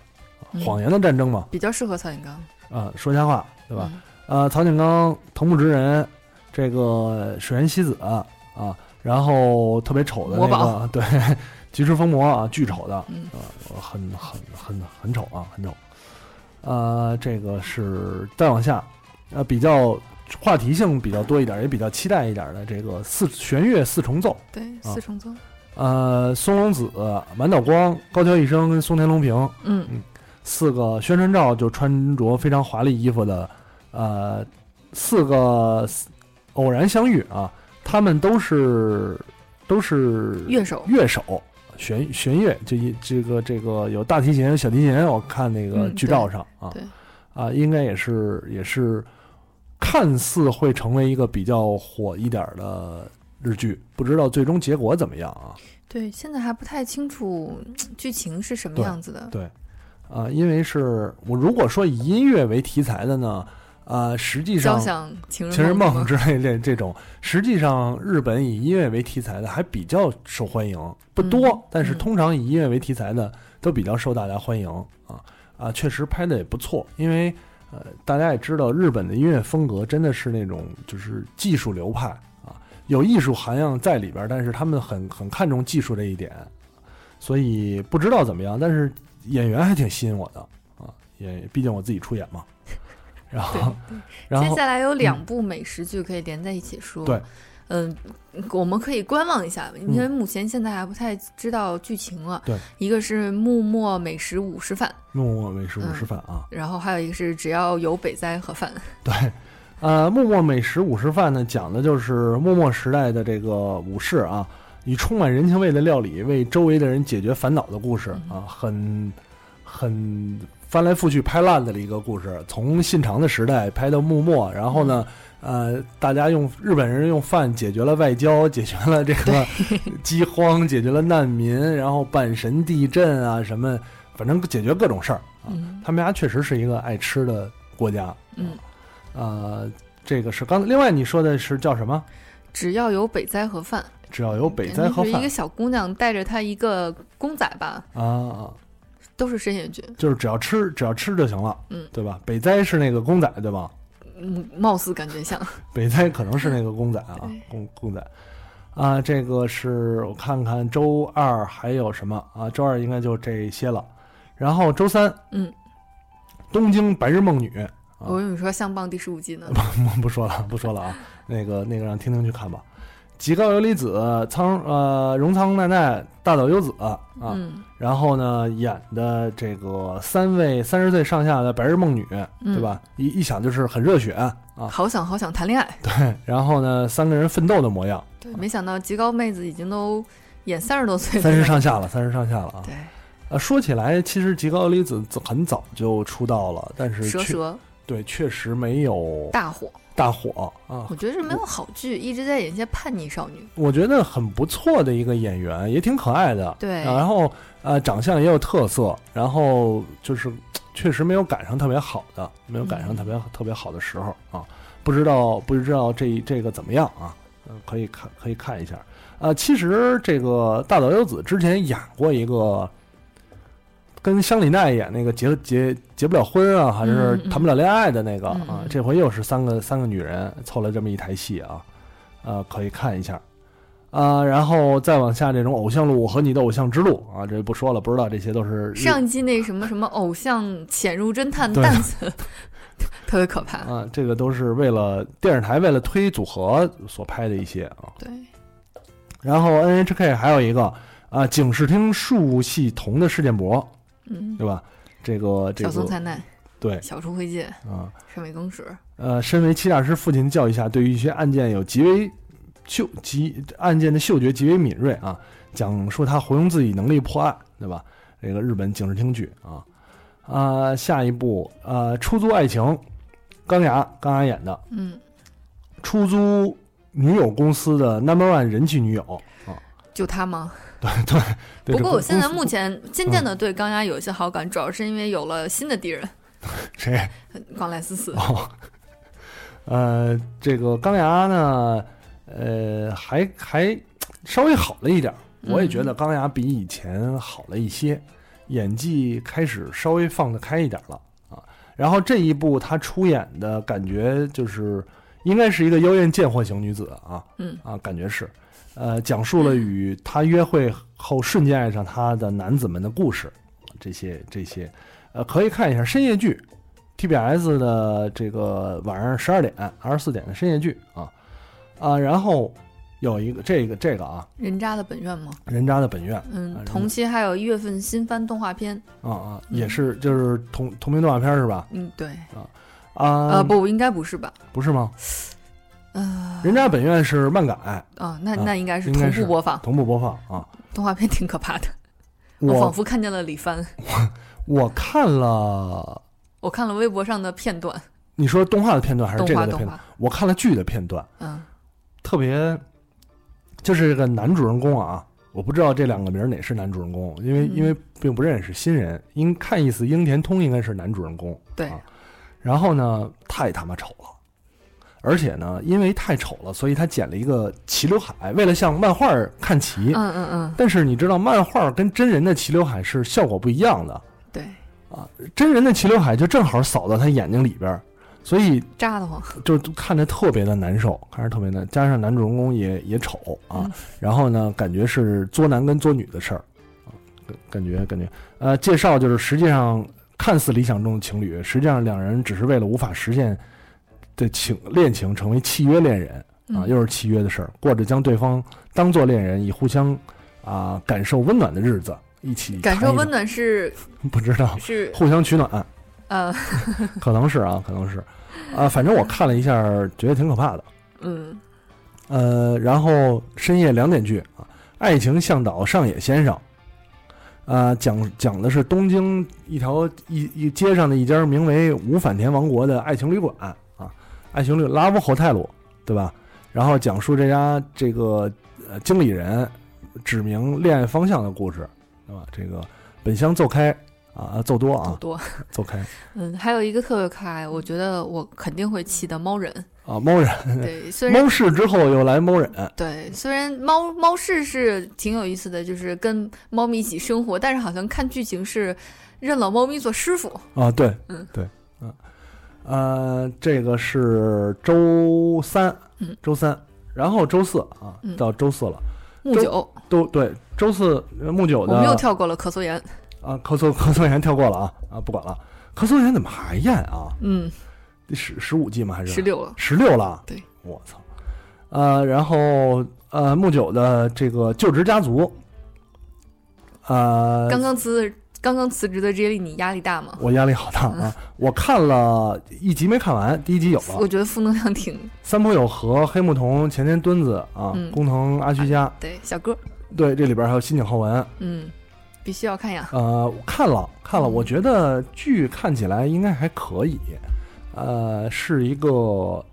Speaker 4: 嗯
Speaker 2: 谎言的战争嘛，
Speaker 4: 比较适合曹景刚，
Speaker 2: 啊，说瞎话对吧？
Speaker 4: 嗯？
Speaker 2: 呃，曹景刚、藤木直人，这个水原希子啊，然后特别丑的那
Speaker 4: 魔
Speaker 2: 个
Speaker 4: 宝，
Speaker 2: 对，菊池风魔啊，巨丑的，
Speaker 4: 嗯
Speaker 2: 呃，很很很很丑啊，很丑。呃，这个是再往下，呃，比较话题性比较多一点，也比较期待一点的这个四弦乐四重奏，
Speaker 4: 对，
Speaker 2: 啊
Speaker 4: 四重奏，嗯
Speaker 2: 呃，松隆子、满岛光、高桥一生跟松田龙平
Speaker 4: 嗯，
Speaker 2: 四个宣传照就穿着非常华丽衣服的，呃，四个偶然相遇啊，他们都是都是
Speaker 4: 乐手，
Speaker 2: 乐手，弦弦乐，这一这个这个有大提琴、有小提琴，我看那个
Speaker 4: 嗯
Speaker 2: 剧照上、啊
Speaker 4: 对，
Speaker 2: 啊，应该也是也是看似会成为一个比较火一点儿的日剧，不知道最终结果怎么样啊？
Speaker 4: 对，现在还不太清楚嗯剧情是什么
Speaker 2: 对
Speaker 4: 样子的。
Speaker 2: 对，啊，因为是我如果说以音乐为题材的呢，啊，实际
Speaker 4: 交
Speaker 2: 上
Speaker 4: 响情
Speaker 2: 情人
Speaker 4: 人
Speaker 2: 梦
Speaker 4: 梦
Speaker 2: 之类这这种，实际上日本以音乐为题材的还比较受欢迎，不多，
Speaker 4: 嗯
Speaker 2: 但是
Speaker 4: 嗯
Speaker 2: 通常以音乐为题材的都比较受大家欢迎啊啊，确实拍的也不错，因为呃大家也知道日本的音乐风格真的是那种就是技术流派啊，有艺术涵养在里边儿，但是他们很很看重技术这一点，所以不知道怎么样，但是演员还挺吸引我的啊，也毕竟我自己出演嘛， 然后然
Speaker 4: 接
Speaker 2: 后。嗯
Speaker 4: 下来有两部美食剧可以连在一起说。
Speaker 2: 对，嗯
Speaker 4: 嗯，我们可以观望一下，因为目前现在还不太知道剧情了。
Speaker 2: 对，
Speaker 4: 一个是《幕末美食五十饭
Speaker 2: 弄我美食五
Speaker 4: 嗯
Speaker 2: 十饭啊，》，
Speaker 4: 然后还有一个是《只要有北斋和饭》。
Speaker 2: 对，呃，幕末美食五十饭呢，讲的就是幕末时代的这个武士啊，以充满人情味的料理为周围的人解决烦恼的故事啊，很很翻来覆去拍烂的一个故事，从信长的时代拍到幕末，然后呢。呃，大家用日本人用饭解决了外交， 解决了这个饥荒，解决了难民，然后阪神地震啊什么，反正解决各种事儿啊。
Speaker 4: 嗯
Speaker 2: 他们家确实是一个爱吃的国家，
Speaker 4: 嗯，
Speaker 2: 呃，这个是刚。另外你说的是叫什么？
Speaker 4: 只要有北斋和饭，
Speaker 2: 只要啊有北斋和
Speaker 4: 就是一
Speaker 2: 饭
Speaker 4: 个小姑娘带着她一个公仔吧，
Speaker 2: 啊啊，
Speaker 4: 都是深夜剧，
Speaker 2: 就是只要吃，只要吃就行了，
Speaker 4: 嗯，
Speaker 2: 对吧？北斋是那个公仔，对吧？
Speaker 4: 嗯，貌似感觉像。
Speaker 2: 北斋可能是那个公仔啊
Speaker 4: 嗯对，
Speaker 2: 公公仔啊，这个是我看看周二还有什么啊？周二应该就这些了，然后周三，
Speaker 4: 嗯，
Speaker 2: 东京白日梦女啊
Speaker 4: 我以为你说相棒第十五季呢，
Speaker 2: 不说了，不说了啊，那个那个让听听去看吧。极高游离子苍呃荣仓奈奈大岛优子 啊，
Speaker 4: 嗯
Speaker 2: 然后呢演的这个三位三十岁上下的白日梦女，
Speaker 4: 嗯
Speaker 2: 对吧？一一想就是很热血啊，
Speaker 4: 好想好想谈恋爱，
Speaker 2: 然后呢三个人奋斗的模样，
Speaker 4: 对，没想到极高妹子已经都演三十多岁了，
Speaker 2: 三十上下了，三十上下了啊。
Speaker 4: 对，
Speaker 2: 呃，说起来，其实极高游离子很早就出道了，但是
Speaker 4: 蛇
Speaker 2: 确
Speaker 4: 蛇
Speaker 2: 对确实没有
Speaker 4: 大火，
Speaker 2: 大火啊。
Speaker 4: 我觉得是没有好剧，一直在演一些叛逆少女，
Speaker 2: 我觉得很不错的一个演员，也挺可爱的。
Speaker 4: 对
Speaker 2: 然后呃，长相也有特色，然后就是确实没有赶上特别好的，没有赶上
Speaker 4: 嗯
Speaker 2: 特别、特别好的时候啊。不知道不知道这这个怎么样啊？嗯，可以看可以看一下。呃，其实这个大岛优子之前演过一个。跟香里奈演那个结结结不了婚啊，还是
Speaker 4: 嗯嗯
Speaker 2: 谈不了恋爱的那个、
Speaker 4: 嗯嗯
Speaker 2: 啊
Speaker 4: 嗯，
Speaker 2: 这回又是三个三个女人凑了这么一台戏啊，呃，可以看一下。啊、然后再往下这种偶像路，我和你的偶像之路啊，这不说了，不知道这些都是日
Speaker 4: 上一季那什么什么偶像潜入侦探
Speaker 2: 对
Speaker 4: 蛋子， 特别可怕，
Speaker 2: 啊，这个都是为了电视台为了推组合所拍的一些啊。
Speaker 4: 对，
Speaker 2: 然后 NHK 还有一个啊，警视厅树系童的事件簿，
Speaker 4: 嗯，
Speaker 2: 对吧？这个这
Speaker 4: 小松
Speaker 2: 个
Speaker 4: 菜奈、
Speaker 2: 对
Speaker 4: 小出辉介、
Speaker 2: 啊，
Speaker 4: 山美耕史，
Speaker 2: 呃，身为欺诈师父亲的教育下，对于一些案件有极为嗅极案件的嗅觉极为敏锐啊，讲述他活用自己能力破案，对吧？这个日本警视厅剧啊，啊、下一部呃，出租爱情，钢牙钢牙演的
Speaker 4: 嗯，
Speaker 2: 出租女友公司的 number one 人气女友啊，
Speaker 4: 就他吗？
Speaker 2: 对
Speaker 4: 不
Speaker 2: 这
Speaker 4: 过
Speaker 2: 公
Speaker 4: 我现在
Speaker 2: 公司
Speaker 4: 目前渐渐
Speaker 2: 嗯
Speaker 4: 的对钢牙有一些好感，主要是因为有了新的敌人
Speaker 2: 谁
Speaker 4: 冈莱思思。
Speaker 2: 哦，呃，这个钢牙呢，呃，还还稍微好了一点儿，我也觉得钢牙比以前好了一些，演技开始稍微放得开一点儿了啊。然后这一部她出演的感觉就是应该是一个妖艳贱货型女子啊，
Speaker 4: 嗯
Speaker 2: 啊，感觉是。呃，讲述了与她约会后瞬间爱上她的男子们的故事，这些这些，呃，可以看一下深夜剧，TBS 的这个晚上十二点、二十四点的深夜剧啊啊，然后有一个这个这个啊，
Speaker 4: 人渣的本愿吗？
Speaker 2: 《人渣的本愿》啊
Speaker 4: 嗯，
Speaker 2: 人
Speaker 4: 同期还有一月份新番动画片，
Speaker 2: 啊啊，
Speaker 4: 嗯
Speaker 2: 也是就是同同名动画片是吧？
Speaker 4: 嗯，对，
Speaker 2: 啊，
Speaker 4: 呃，，不，应该不是吧？
Speaker 2: 不是吗？
Speaker 4: 呃
Speaker 2: 《，人渣本愿》是漫改
Speaker 4: 啊，那
Speaker 2: 啊
Speaker 4: 那应该是
Speaker 2: 应该
Speaker 4: 同
Speaker 2: 是
Speaker 4: 步播放，
Speaker 2: 同步播放啊，
Speaker 4: 动画片挺可怕的，我仿
Speaker 2: 我
Speaker 4: 佛看见了李帆。
Speaker 2: 我看了。
Speaker 4: 我看了微博上的片段，
Speaker 2: 你说动画的片段还是
Speaker 4: 动
Speaker 2: 这个
Speaker 4: 画
Speaker 2: 的
Speaker 4: 动
Speaker 2: 片段？
Speaker 4: 画，
Speaker 2: 我看了剧的片段，
Speaker 4: 嗯，
Speaker 2: 特别，就是这个男主人公啊，我不知道这两个名儿哪是男主人公，因为、
Speaker 4: 嗯
Speaker 2: 因为并不认识新人，应看意思英田通应该是男主人公。
Speaker 4: 对
Speaker 2: 啊，然后呢，太他妈丑了，而且呢，因为太丑了，所以他剪了一个齐刘海，为了向漫画儿看齐。
Speaker 4: 嗯嗯嗯，
Speaker 2: 但是你知道，漫画儿跟真人的齐刘海是效果不一样的，
Speaker 4: 对，
Speaker 2: 真人的齐刘海就正好扫到他眼睛里边儿，所以
Speaker 4: 扎得慌，
Speaker 2: 就看着特别的难受，看着特别难，加上男主人公也也丑啊，
Speaker 4: 嗯
Speaker 2: 然后呢，感觉是作男跟作女的事儿，啊感感觉感觉，呃，介绍就是实际上看似理想中的情侣，实际上两人只是为了无法实现的情恋情成为契约恋人啊，
Speaker 4: 嗯
Speaker 2: 又是契约的事儿，过着将对方当做恋人，以互相啊、感受温暖的日子，一啊起
Speaker 4: 感受温
Speaker 2: 谈
Speaker 4: 暖是
Speaker 2: 一个， 不知道
Speaker 4: 是
Speaker 2: 互相取暖。
Speaker 4: 呃
Speaker 2: 可能是啊，可能是，啊，反正我看了一下，觉得挺可怕的。
Speaker 4: 嗯
Speaker 2: 呃，然后深夜两点剧啊，《爱情向导上野先生》，啊、讲讲的是东京一条一一街上的一家名为“无反田王国”的爱情旅馆啊，爱情旅拉布侯泰鲁，对吧？然后讲述这家这个呃经理人指明恋爱方向的故事，对吧？这个本乡奏开啊，奏多
Speaker 4: 好
Speaker 2: 啊，
Speaker 4: 多，
Speaker 2: 奏开
Speaker 4: 嗯，还有一个特别可爱，我觉得我肯定会气的猫人，
Speaker 2: 啊，猫人
Speaker 4: 对，虽然
Speaker 2: 猫逝之后又来猫忍，
Speaker 4: 对，虽然猫猫式是挺有意思的，就是跟猫咪一起生活，但是好像看剧情是认了猫咪做师傅。
Speaker 2: 啊，对，
Speaker 4: 嗯
Speaker 2: 对，嗯，呃，这个是周三
Speaker 4: 嗯，
Speaker 2: 周三，然后周四啊
Speaker 4: 嗯，
Speaker 2: 到周四了，
Speaker 4: 木
Speaker 2: 周
Speaker 4: 九，
Speaker 2: 都对，周四呃木九
Speaker 4: 我们
Speaker 2: 的
Speaker 4: 又跳过了咳嗽炎。
Speaker 2: 啊，咳嗽咳嗽炎跳过了啊啊，不管了，咳嗽炎怎么还验啊？
Speaker 4: 嗯，
Speaker 2: 十十五季吗？还是
Speaker 4: 十六了，
Speaker 2: 十六了？
Speaker 4: 对，
Speaker 2: 我操，呃，然后呃，木九的这个就职家族，呃，
Speaker 4: 刚刚辞刚刚辞职的 J 莉，你压力大吗？
Speaker 2: 我压力好大啊！我看了一集没看完，第一集有
Speaker 4: 嗯我
Speaker 2: 了。
Speaker 4: 觉得负能量挺
Speaker 2: 三浦友和、黑木瞳、前田敦子啊，
Speaker 4: 嗯
Speaker 2: 工藤阿须加，
Speaker 4: 对，小哥，
Speaker 2: 对，这里边还有新井浩文。
Speaker 4: 嗯，必须要看呀。
Speaker 2: 呃，我看了看了，
Speaker 4: 嗯
Speaker 2: 我觉得剧看起来应该还可以。呃，是一个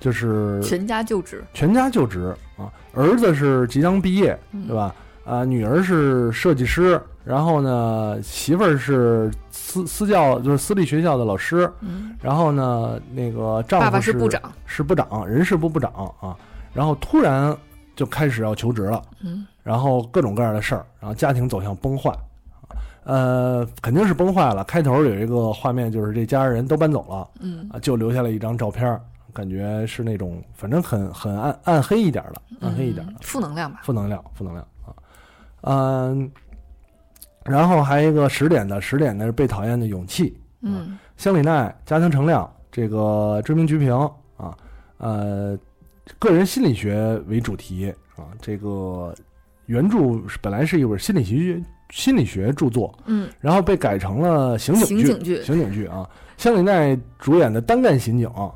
Speaker 2: 就是
Speaker 4: 全家就职，
Speaker 2: 全家就职啊，儿子是即将毕业，
Speaker 4: 嗯
Speaker 2: 对？吧？啊、女儿是设计师，然后呢，媳妇儿是私私教，就是私立学校的老师，
Speaker 4: 嗯，
Speaker 2: 然后呢，那个丈夫
Speaker 4: 爸爸
Speaker 2: 是
Speaker 4: 是部，长，
Speaker 2: 是部长，人事部部长啊，然后突然就开始要求职了，
Speaker 4: 嗯，
Speaker 2: 然后各种各样的事儿，然后家庭走向崩坏，呃，肯定是崩坏了。开头有一个画面，就是这家人都搬走了，
Speaker 4: 嗯
Speaker 2: 啊，就留下了一张照片儿，感觉是那种反正很很暗暗黑一点儿的，暗黑一点儿的
Speaker 4: 嗯，负能量吧。
Speaker 2: 负能量，负能量啊，嗯，然后还有一个十点的，十点的是被讨厌的勇气，
Speaker 4: 嗯，
Speaker 2: 香里奈、加藤成亮这个追名菊平啊，呃，个人心理学为主题啊，这个原著是本来是一本心理学心理学著作，
Speaker 4: 嗯，
Speaker 2: 然后被改成了刑警
Speaker 4: 刑
Speaker 2: 剧，
Speaker 4: 警剧，
Speaker 2: 刑警剧啊，香里奈主演的单干刑警啊，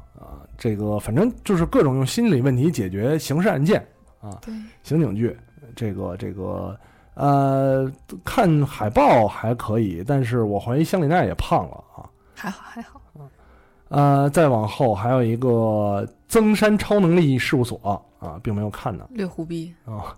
Speaker 2: 这个反正就是各种用心理问题解决刑事案件啊，
Speaker 4: 对，
Speaker 2: 刑警剧，这个这个呃，看海报还可以，但是我怀疑香里奈也胖了啊。
Speaker 4: 还好还好。
Speaker 2: 呃，再往后还有一个增山超能力事务所啊，并没有看呢
Speaker 4: 略胡逼，
Speaker 2: 啊。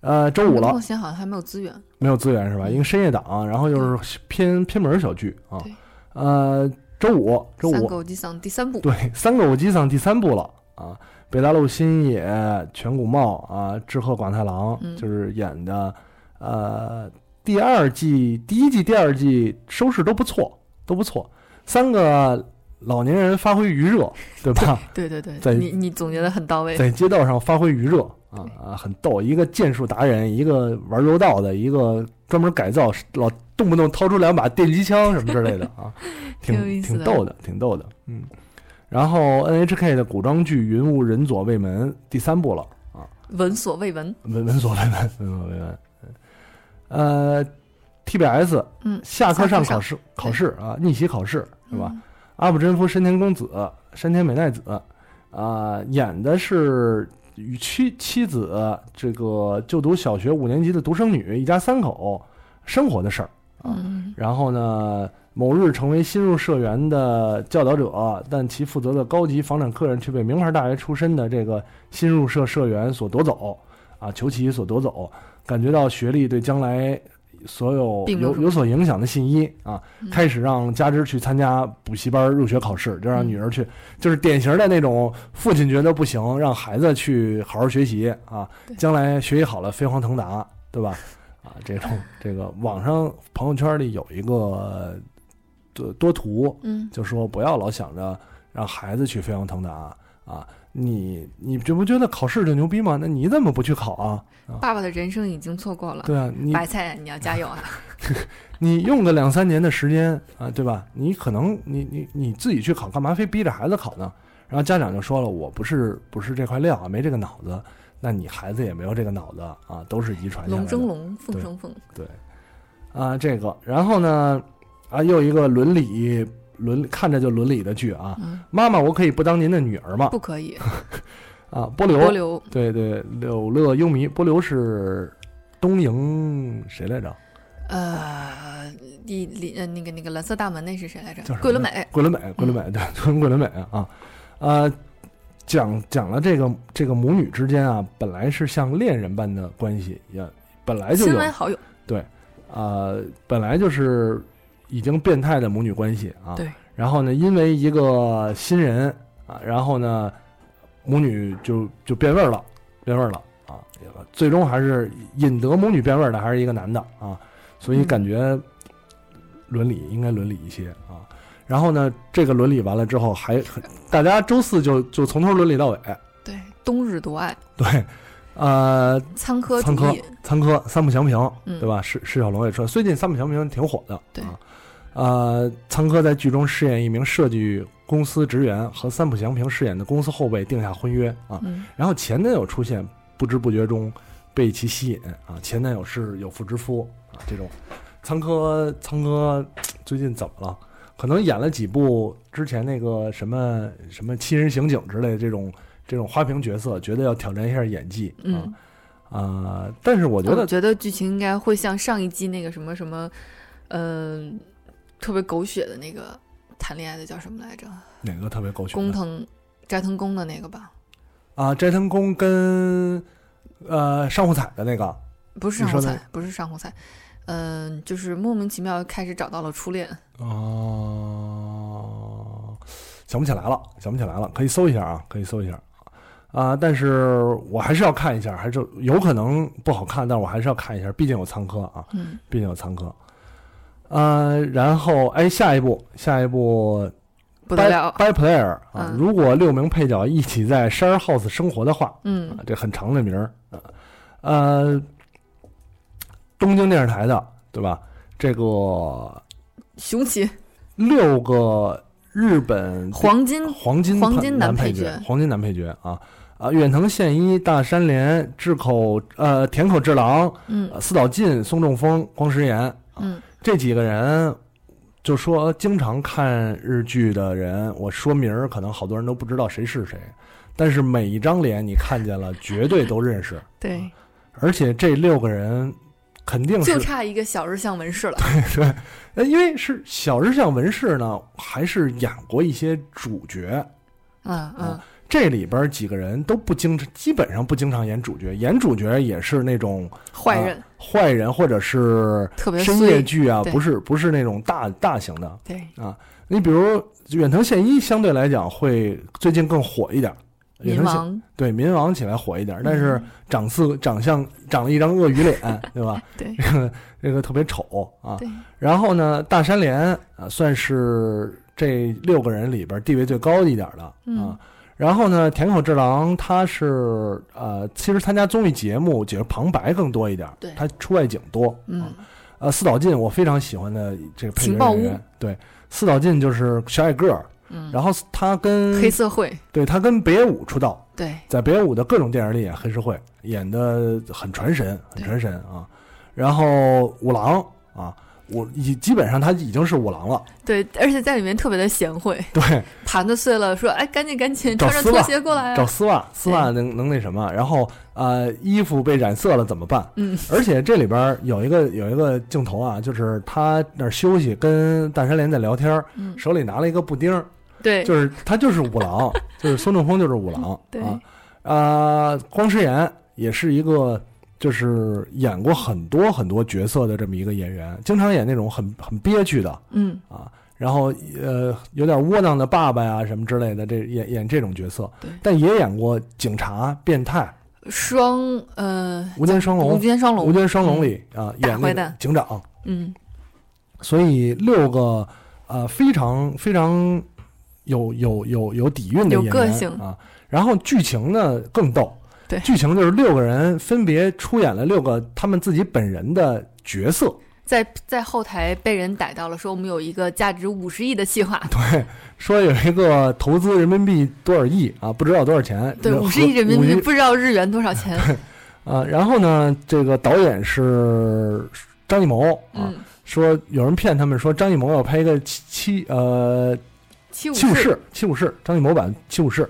Speaker 2: 呃，周五了
Speaker 4: 目，前好像还没有资源。
Speaker 2: 没有资源是吧？因为深夜档，然后又是偏偏门小剧啊
Speaker 4: 嗯对。
Speaker 2: 呃，周五，周
Speaker 4: 三
Speaker 2: 五
Speaker 4: 狗机上第三部，
Speaker 2: 对，三个我机上第三部了啊，北大陆新野、全谷茂啊、志贺广太郎、
Speaker 4: 嗯
Speaker 2: 就是演的，呃，第二季、第一季、第二季收视都不错，都不错。三个老年人发挥余热，对吧？
Speaker 4: 对对对，
Speaker 2: 在
Speaker 4: 你你总结的很到位。
Speaker 2: 在街道上发挥余热啊
Speaker 4: 对
Speaker 2: 啊，很逗。一个剑术达人，一个玩柔道的，一个专门改造，老动不动掏出两把电击枪什么之类的 啊，
Speaker 4: 挺有
Speaker 2: 挺
Speaker 4: 意思
Speaker 2: 挺
Speaker 4: 的
Speaker 2: 逗的，挺逗的。嗯，然后 NHK 的古装剧《云雾人左卫门》第三部了啊，
Speaker 4: 闻所未闻，
Speaker 2: 闻闻所未闻，闻所未闻。呃，TBS
Speaker 4: 嗯，
Speaker 2: 下课上
Speaker 4: 下
Speaker 2: 考
Speaker 4: 课上
Speaker 2: 试考试啊，逆袭考试是吧？
Speaker 4: 嗯？
Speaker 2: 阿部真夫、山田公子、山田美奈子，啊、演的是与妻妻子这个就读小学五年级的独生女，一家三口生活的事儿。啊
Speaker 4: 嗯，
Speaker 2: 然后呢，某日成为新入社员的教导者，但其负责的高级房产客人却被名牌大学出身的这个新入社社员所夺走，啊，求其所夺走，感觉到学历对将来所有
Speaker 4: 并没有
Speaker 2: 有
Speaker 4: 什么
Speaker 2: 有所影响的信一啊，
Speaker 4: 嗯
Speaker 2: 开始让加之去参加补习班入学考试，就
Speaker 4: 嗯
Speaker 2: 让女儿去，就是典型的那种父亲觉得不行，让孩子去好好学习啊
Speaker 4: 对，
Speaker 2: 将来学习好了飞黄腾达，对吧？啊，这 种这个网上朋友圈里有一个多多图，
Speaker 4: 嗯，
Speaker 2: 就说不要老想着让孩子去飞黄腾达啊，你你这不觉得考试就牛逼吗？那你怎么不去考啊？
Speaker 4: 爸爸的人生已经错过了，
Speaker 2: 对啊，你
Speaker 4: 白菜你要加油啊！
Speaker 2: 你用个两三年的时间啊，对吧？你可能你你你自己去考，干嘛非逼着孩子考呢？然后家长就说了，我不是不是这块料啊，没这个脑子。那你孩子也没有这个脑子啊，都是遗传下来
Speaker 4: 龙
Speaker 2: 的
Speaker 4: 争龙，凤争凤，
Speaker 2: 啊。这个，然后呢，啊，又一个伦理伦看着就伦理的剧啊。
Speaker 4: 嗯，
Speaker 2: 妈妈，我可以不当您的女儿吗？
Speaker 4: 不可以。
Speaker 2: 啊，波流，
Speaker 4: 波流
Speaker 2: 对对，柳乐优弥，波流是东瀛谁来着？
Speaker 4: 呃，李李呃，那个那个蓝色大门那是谁来
Speaker 2: 叫什
Speaker 4: 着？
Speaker 2: 么
Speaker 4: 桂纶镁。
Speaker 2: 桂纶镁，桂纶镁，对， 跟桂纶镁啊，呃，讲讲了这个这个母女之间啊，本来是像恋人般的关系，也本来哎就
Speaker 4: 新
Speaker 2: 有
Speaker 4: 为好友，
Speaker 2: 呃，本来就是已经变态的母女关系啊。
Speaker 4: 对。
Speaker 2: 然后呢，因为一个新人啊，然后呢，母女就就变味儿了，变味儿了啊。最终还是引得母女变味儿的还是一个男的啊，所以
Speaker 4: 嗯
Speaker 2: 感觉伦理应该伦理一些啊。然后呢，这个伦理完了之后还，大家周四就就从头伦理到尾，
Speaker 4: 对，冬日独爱，
Speaker 2: 对，呃，
Speaker 4: 苍科主
Speaker 2: 苍科啊
Speaker 4: 义，
Speaker 2: 参科三浦翔平，
Speaker 4: 嗯
Speaker 2: 对吧？释释小龙也说，最近三浦翔平挺火的，
Speaker 4: 对
Speaker 2: 啊，呃，参科在剧中饰演一名设计公司职员和三浦翔平饰演的公司后辈定下婚约啊。
Speaker 4: 嗯
Speaker 2: 然后前男友出现，不知不觉中被其吸引啊，前男友是有妇之夫啊这种。仓科仓科最近怎么了？可能演了几部之前那个什么什么《七人刑警》之类的这种这种花瓶角色，觉得要挑战一下演技啊
Speaker 4: 嗯，
Speaker 2: 啊、但是我觉
Speaker 4: 我
Speaker 2: 得
Speaker 4: 觉得剧情应该会像上一季那个什么什么，呃，特别狗血的那个谈恋爱的叫什么来着？
Speaker 2: 哪个特别狗血
Speaker 4: 工
Speaker 2: 呢
Speaker 4: 藤斋藤工的那个吧？
Speaker 2: 啊？斋藤工跟呃上户彩的那个
Speaker 4: 不是上
Speaker 2: 你
Speaker 4: 户
Speaker 2: 说的
Speaker 4: 彩，不是上户彩，嗯、就是莫名其妙开始找到了初恋。
Speaker 2: 哦，想不起来了，想不起来了，可以搜一下啊，可以搜一下啊、但是我还是要看一下，还是有可能不好看，但我还是要看一下，毕竟有仓科啊，
Speaker 4: 嗯
Speaker 2: 毕竟有仓科。呃，然后哎，下一步，下一步，
Speaker 4: 不得了，
Speaker 2: ，By Player 啊，
Speaker 4: 嗯
Speaker 2: 如果六名配角一起在 Share House 生活的话，
Speaker 4: 嗯
Speaker 2: 啊，这很长的名儿啊，呃，东京电视台的对吧？这个
Speaker 4: 雄起，
Speaker 2: 六个日本
Speaker 4: 黄金
Speaker 2: 黄金
Speaker 4: 黄
Speaker 2: 配
Speaker 4: 金
Speaker 2: 男
Speaker 4: 男
Speaker 2: 配
Speaker 4: 配
Speaker 2: 角
Speaker 4: 角，
Speaker 2: 黄金男配角啊啊！远藤宪一、大山连、志口呃田口智郎、
Speaker 4: 嗯
Speaker 2: 呃四岛进、松中丰、光石研
Speaker 4: 嗯，
Speaker 2: 这几个人，就说经常看日剧的人，我说名儿可能好多人都不知道谁是谁，但是每一张脸你看见了，绝对都认识，
Speaker 4: 对，
Speaker 2: 而且这六个人肯定哦 是
Speaker 4: 就差一个小日向文世了。
Speaker 2: 呃，因为是小日向文世呢，还是演过一些主角。
Speaker 4: 嗯嗯
Speaker 2: 啊这里边几个人都不经，基本上不经常演主角，演主角也是那种
Speaker 4: 坏人、
Speaker 2: 啊坏人或者是
Speaker 4: 特别
Speaker 2: 深夜
Speaker 4: 碎，
Speaker 2: 剧啊，
Speaker 4: 对
Speaker 2: 不是不是那种大大型的。
Speaker 4: 对，
Speaker 2: 你比如远藤宪一，相对来讲会最近更火一点。远
Speaker 4: 民
Speaker 2: 藤宪
Speaker 4: 王，嗯
Speaker 2: 对民王起来火一点，但是长四长相长了一张鳄鱼脸， 对吧？
Speaker 4: 对
Speaker 2: 这个特别丑啊。
Speaker 4: 对，
Speaker 2: 然后呢，大山连啊，算是这六个人里边地位最高的一点的啊。
Speaker 4: 嗯
Speaker 2: 然后呢，田口智郎他是呃，其实参加综艺节目，解说旁白更多一点，
Speaker 4: 对
Speaker 2: 他出外景多。啊
Speaker 4: 嗯，
Speaker 2: 呃，四岛进我非常喜欢的这个配
Speaker 4: 情
Speaker 2: 角
Speaker 4: 报
Speaker 2: 演
Speaker 4: 屋
Speaker 2: 员，对，四岛进就是小矮个儿，
Speaker 4: 嗯，
Speaker 2: 然后他跟
Speaker 4: 黑社会，
Speaker 2: 对他跟北野武出道，
Speaker 4: 对，
Speaker 2: 在北野武的各种电影里演黑社会，演的很传神，很
Speaker 4: 对
Speaker 2: 传神啊。然后五郎啊，我已基本上他已经是五郎了，
Speaker 4: 对，而且在里面特别的贤惠，
Speaker 2: 对，
Speaker 4: 盘子碎了，说哎，赶紧赶紧
Speaker 2: 找
Speaker 4: 穿着
Speaker 2: 丝
Speaker 4: 拖
Speaker 2: 袜
Speaker 4: 鞋过来
Speaker 2: 找
Speaker 4: 啊，
Speaker 2: 丝袜，丝袜能能那什么，然后呃，衣服被染色了怎么办？
Speaker 4: 嗯，
Speaker 2: 而且这里边有一个有一个镜头啊，就是他那儿休息，跟大山连在聊天儿，
Speaker 4: 嗯
Speaker 2: 手里拿了一个布丁儿，
Speaker 4: 对，
Speaker 2: 就是他就是五郎，就是孙正峰就是五郎，
Speaker 4: 对
Speaker 2: 啊，啊，光诗妍也是一个就是演过很多很多角色的这么一个演员，经常演那种很很憋屈的，啊
Speaker 4: 嗯
Speaker 2: 然后呃有点窝囊的爸爸呀什么之类的，这演演这种角色
Speaker 4: 对，
Speaker 2: 但也演过警察、变态、
Speaker 4: 双呃
Speaker 2: 无间双
Speaker 4: 无
Speaker 2: 龙、
Speaker 4: 间双
Speaker 2: 无
Speaker 4: 龙，嗯
Speaker 2: 间双龙里啊
Speaker 4: 大
Speaker 2: 演那
Speaker 4: 坏
Speaker 2: 个
Speaker 4: 蛋
Speaker 2: 警长，
Speaker 4: 嗯
Speaker 2: 所以六个呃非常非常有有有有底蕴的
Speaker 4: 有
Speaker 2: 演员
Speaker 4: 个性
Speaker 2: 啊。然后剧情呢更逗，
Speaker 4: 对
Speaker 2: 剧情就是六个人分别出演了六个他们自己本人的角色，
Speaker 4: 在在后台被人逮到了，说我们有一个价值五十亿 的计划，
Speaker 2: 对，说有一个投资人民币多少亿啊，不知道多少钱，
Speaker 4: 对，
Speaker 2: 人
Speaker 4: 五十亿
Speaker 2: 合
Speaker 4: 人民币
Speaker 2: 50
Speaker 4: 不知道日元多少钱，
Speaker 2: 啊。然后呢，这个导演是张艺谋啊，
Speaker 4: 嗯，
Speaker 2: 说有人骗他们说张艺谋要拍一个七七呃
Speaker 4: 七五
Speaker 2: 七武
Speaker 4: 式，
Speaker 2: 士，七武士，张艺谋版七武士，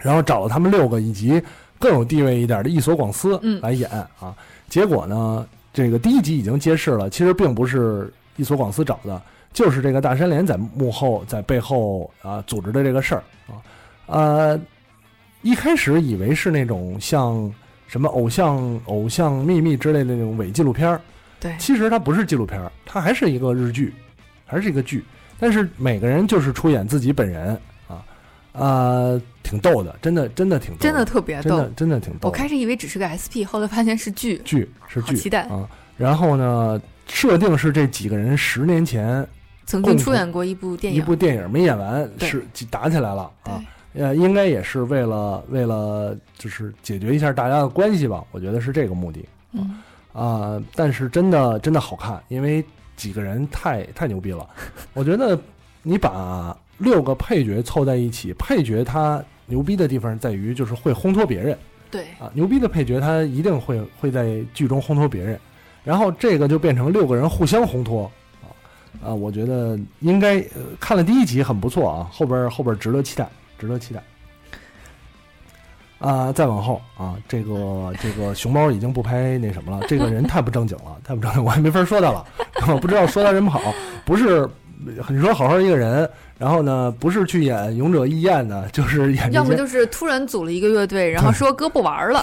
Speaker 2: 然后找了他们六个以及更有地位一点的一所广司
Speaker 4: 嗯
Speaker 2: 来演、啊。结果呢，这个第一集已经揭示了，其实并不是一所广司找的，就是这个大山连在幕后在背后啊组织的这个事儿啊。呃，一开始以为是那种像什么偶像偶像秘密之类的那种伪纪录片儿，
Speaker 4: 对
Speaker 2: 其实它不是纪录片儿，它还是一个日剧，还是一个剧。但是每个人就是出演自己本人啊，呃，挺逗的，真的真的挺逗
Speaker 4: 真的
Speaker 2: 的
Speaker 4: 特别
Speaker 2: 真
Speaker 4: 逗
Speaker 2: 的。真的挺逗的。
Speaker 4: 我开始以为只是个 SP，后来发现是剧，
Speaker 2: 剧是
Speaker 4: 好
Speaker 2: 剧，
Speaker 4: 期待
Speaker 2: 啊！然后呢，设定是这几个人十年前
Speaker 4: 曾
Speaker 2: 共
Speaker 4: 经
Speaker 2: 同
Speaker 4: 出演过一部电
Speaker 2: 一
Speaker 4: 影，
Speaker 2: 部电影没演完，
Speaker 4: 对
Speaker 2: 是打起来了
Speaker 4: 对
Speaker 2: 啊。呃，应该也是为了为了就是解决一下大家的关系吧，我觉得是这个目的
Speaker 4: 嗯，
Speaker 2: 啊、但是真的真的好看，因为几个人太太牛逼了。我觉得你把六个配角凑在一起，配角他牛逼的地方在于就是会烘托别人
Speaker 4: 对，
Speaker 2: 啊，牛逼的配角他一定会会在剧中烘托别人，然后这个就变成六个人互相烘托啊啊，我觉得应该、呃看了第一集很不错啊，后边儿后边儿值得期待，值得期待。啊，再往后啊，这个这个熊猫已经不拍那什么了，这个人太不正经了，太不正经，我还没法说他了，我不知道说他什么好，不是你说好好一个人，然后呢，不是去演《勇者义彦》的，就是演这
Speaker 4: 要么
Speaker 2: 些，
Speaker 4: 就是突然组了一个乐队，然后
Speaker 2: 对
Speaker 4: 说哥不玩了，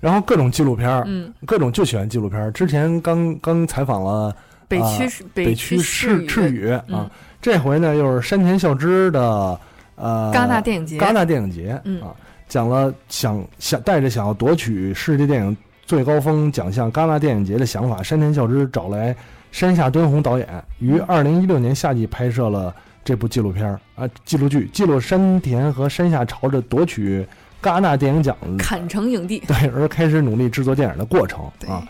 Speaker 2: 然后各种纪录片儿，
Speaker 4: 嗯，
Speaker 2: 各种就喜欢纪录片儿。之前刚刚采访了
Speaker 4: 北
Speaker 2: 啊
Speaker 4: 区是
Speaker 2: 北
Speaker 4: 区
Speaker 2: 赤赤
Speaker 4: 赤
Speaker 2: 羽啊
Speaker 4: 嗯，
Speaker 2: 这回呢又是山田孝之的呃
Speaker 4: 戛纳电影节，
Speaker 2: 戛纳电影节
Speaker 4: 嗯
Speaker 2: 啊，讲了想想带着想要夺取世界电影最高峰奖项戛纳电影节的想法，山田孝之找来山下敦弘导演，于
Speaker 4: 嗯
Speaker 2: 二零一六年夏季拍摄了这部纪录片儿啊纪录剧，记录山田和山下朝着夺取戛纳电影奖
Speaker 4: 坎城影帝。
Speaker 2: 对而开始努力制作电影的过程
Speaker 4: 对，
Speaker 2: 啊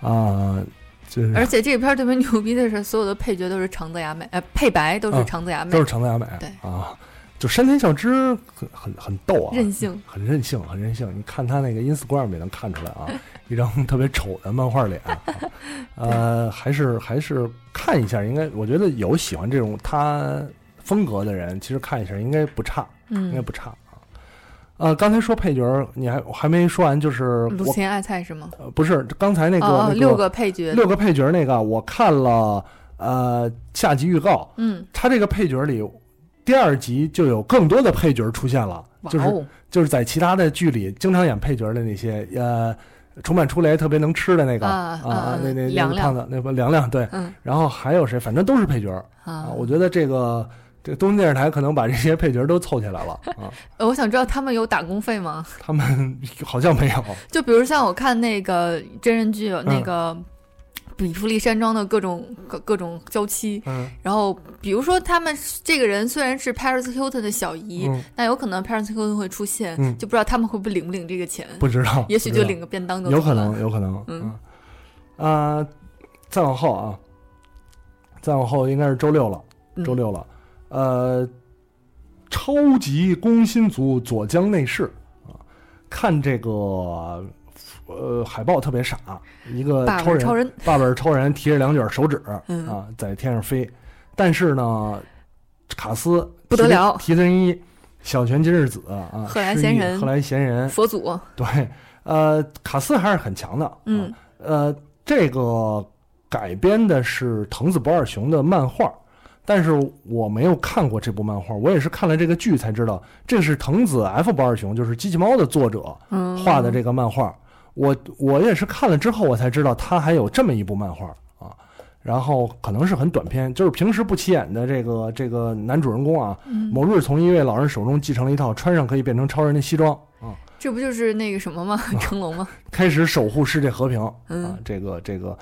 Speaker 2: 啊，这
Speaker 4: 而且这片儿特别牛逼的是，所有的配角都是长泽雅美，呃，配白都是
Speaker 2: 啊
Speaker 4: 长泽雅美
Speaker 2: 都，是长泽雅美
Speaker 4: 对
Speaker 2: 啊，就山田孝之很很很逗啊，
Speaker 4: 任性。
Speaker 2: 很任性，很任性。你看他那个 Instagram 也能看出来啊， 一张特别丑的漫画脸、 啊。呃，还是还是看一下，应该我觉得有喜欢这种他风格的人，其实看一下应该不差，应该
Speaker 4: 嗯，
Speaker 2: 不差啊。呃，刚才说配角儿，你还我还没说完，就是
Speaker 4: 鲁
Speaker 2: 我、
Speaker 4: 芹爱菜是吗？
Speaker 2: 呃不是刚才那个、
Speaker 4: 哦，哦
Speaker 2: 那
Speaker 4: 六个配角，
Speaker 2: 六个配角儿那个，我看了呃下集预告，
Speaker 4: 嗯，
Speaker 2: 他这个配角儿里第二集就有更多的配角儿出现了，
Speaker 4: 哇
Speaker 2: 就是
Speaker 4: 哦，
Speaker 2: 就是在其他的剧里经常演配角的那些，呃，重版出来特别能吃的那个
Speaker 4: 啊啊
Speaker 2: 那那那
Speaker 4: 凉
Speaker 2: 个
Speaker 4: 凉
Speaker 2: 胖子，那不凉凉对，
Speaker 4: 嗯
Speaker 2: 然后还有谁，反正都是配角
Speaker 4: 啊
Speaker 2: 啊。我觉得这个这东京电视台可能把这些配角都凑起来 了啊，
Speaker 4: 呃我想知道他们有打工费吗？
Speaker 2: 他们好像没有
Speaker 4: 就比如像我看那个真人剧，
Speaker 2: 嗯
Speaker 4: 那个比弗利山庄的各种各各种娇妻，
Speaker 2: 嗯
Speaker 4: 然后比如说他们这个人虽然是 Paris Hilton 的小姨，
Speaker 2: 嗯，
Speaker 4: 那有可能 Paris Hilton 会出现，
Speaker 2: 嗯
Speaker 4: 就不知道他们会不会领不领这个钱，
Speaker 2: 不知道，
Speaker 4: 也许
Speaker 2: 不知
Speaker 4: 就
Speaker 2: 道
Speaker 4: 领个便当都
Speaker 2: 有
Speaker 4: 走
Speaker 2: 可
Speaker 4: 了
Speaker 2: 能，有可能，
Speaker 4: 嗯
Speaker 2: 啊、呃再往后啊，再往后应该是周六了，
Speaker 4: 嗯
Speaker 2: 周六了，呃，超级攻心族左江内侍啊，看这个呃海报特别傻，一个
Speaker 4: 爸
Speaker 2: 超
Speaker 4: 爸
Speaker 2: 人，
Speaker 4: 超人，
Speaker 2: 爸爸超人提着两卷手指、
Speaker 4: 嗯
Speaker 2: 啊在天上飞，但是呢，卡斯
Speaker 4: 不得了
Speaker 2: 提真一。小泉今日子啊，
Speaker 4: 贺来
Speaker 2: 失忆
Speaker 4: 贤人
Speaker 2: 贺来贤人，
Speaker 4: 佛祖，
Speaker 2: 对，呃，卡斯还是很强的。啊
Speaker 4: 嗯，
Speaker 2: 呃，这个改编的是藤子不二雄的漫画，但是我没有看过这部漫画，我也是看了这个剧才知道，这是藤子 F 不二雄，就是机器猫的作者
Speaker 4: 嗯
Speaker 2: 啊画的这个漫画。我我也是看了之后，我才知道他还有这么一部漫画啊。然后可能是很短篇，就是平时不起眼的这个这个男主人公啊，
Speaker 4: 嗯
Speaker 2: 某日从一位老人手中继承了一套穿上可以变成超人的西装啊。
Speaker 4: 这不就是那个什么吗？成龙吗？
Speaker 2: 开始守护世界和平
Speaker 4: 嗯
Speaker 2: 啊，这个这个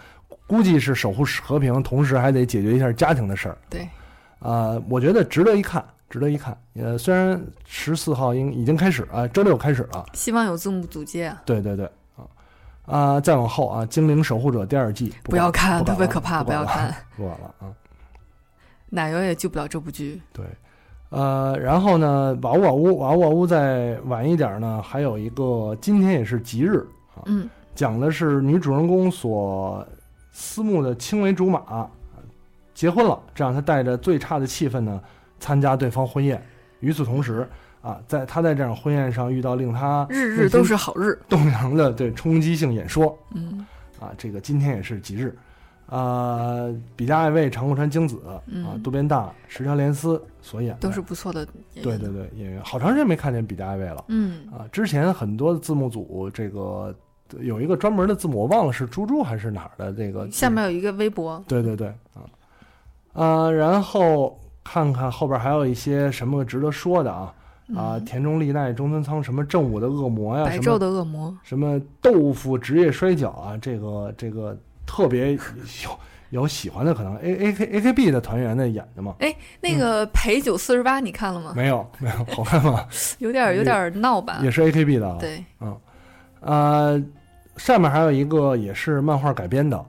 Speaker 2: 估计是守护世和平，同时还得解决一下家庭的事儿
Speaker 4: 对，
Speaker 2: 啊、我觉得值得一看，值得一看。呃，虽然十四号应已经开始啊，周六开始了，
Speaker 4: 希望有字幕组接啊，
Speaker 2: 对对对啊啊、再往后啊，《精灵守护者》第二季
Speaker 4: 不要看，特
Speaker 2: 管
Speaker 4: 别
Speaker 2: 了
Speaker 4: 可怕，不
Speaker 2: 不管
Speaker 4: 要
Speaker 2: 了
Speaker 4: 看，
Speaker 2: 不管了啊，
Speaker 4: 奶油也救不了这部剧。
Speaker 2: 对。呃，然后呢，瓦屋瓦屋瓦屋瓦屋再晚一点儿呢，还有一个今天也是吉日啊，
Speaker 4: 嗯，
Speaker 2: 讲的是女主人公所思慕的青梅竹马结婚了，这让她带着最差的气氛呢参加对方婚宴。与此同时，啊，在她在这场婚宴上遇到令她
Speaker 4: 日日都是好日。
Speaker 2: 动摇的对冲击性演说
Speaker 4: 嗯
Speaker 2: 啊，这个今天也是吉日。啊，比嘉爱卫、长谷川京子啊
Speaker 4: 嗯，
Speaker 2: 渡边大、石条莲丝所演的，
Speaker 4: 都是不错的演员。
Speaker 2: 对对对演员。好长时间没看见比嘉爱卫了。
Speaker 4: 嗯，
Speaker 2: 啊，之前很多字幕组这个有一个专门的字幕，我忘了是猪猪还是哪儿的这个。
Speaker 4: 下面有一个微博，
Speaker 2: 对对对啊啊，然后看看后边还有一些什么值得说的啊啊，
Speaker 4: 嗯
Speaker 2: 田中丽奈、中村仓什么正午的恶魔呀，
Speaker 4: 白
Speaker 2: 什
Speaker 4: 昼
Speaker 2: 么嗯
Speaker 4: 的恶魔，
Speaker 2: 什么豆腐职业摔跤啊，这个这个特别有有喜欢的可能 A A K A K B 的团员的演的嘛。
Speaker 4: 那个陪酒四十八，你看了吗？
Speaker 2: 嗯没有没有，好 看吗？
Speaker 4: 有点有点闹吧
Speaker 2: 也？是 A K B 的啊。
Speaker 4: 啊对，
Speaker 2: 呃，上面还有一个也是漫画改编的，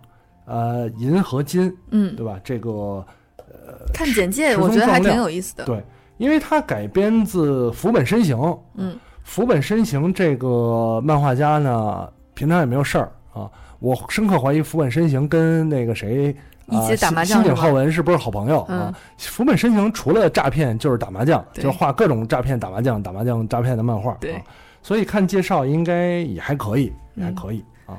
Speaker 2: 呃，《银和金》，
Speaker 4: 嗯，
Speaker 2: 对吧？这个
Speaker 4: 看简介，
Speaker 2: 十分
Speaker 4: 我觉得还
Speaker 2: 壮
Speaker 4: 挺
Speaker 2: 亮
Speaker 4: 有意思的。
Speaker 2: 对因为它改编自福本伸行，
Speaker 4: 嗯
Speaker 2: 福本伸行这个漫画家呢，平常也没有事儿啊。我深刻怀疑福本伸行跟那个谁啊
Speaker 4: 一起打麻将
Speaker 2: 新井
Speaker 4: 是吧
Speaker 2: 浩文是不是好朋友啊
Speaker 4: 嗯？
Speaker 2: 福本伸行除了诈骗就是打麻将，就是
Speaker 4: 对
Speaker 2: 画各种诈骗、打麻将、打麻将、诈骗的漫画。
Speaker 4: 对
Speaker 2: 啊，所以看介绍应该也还可以，也还
Speaker 4: 嗯
Speaker 2: 可以啊。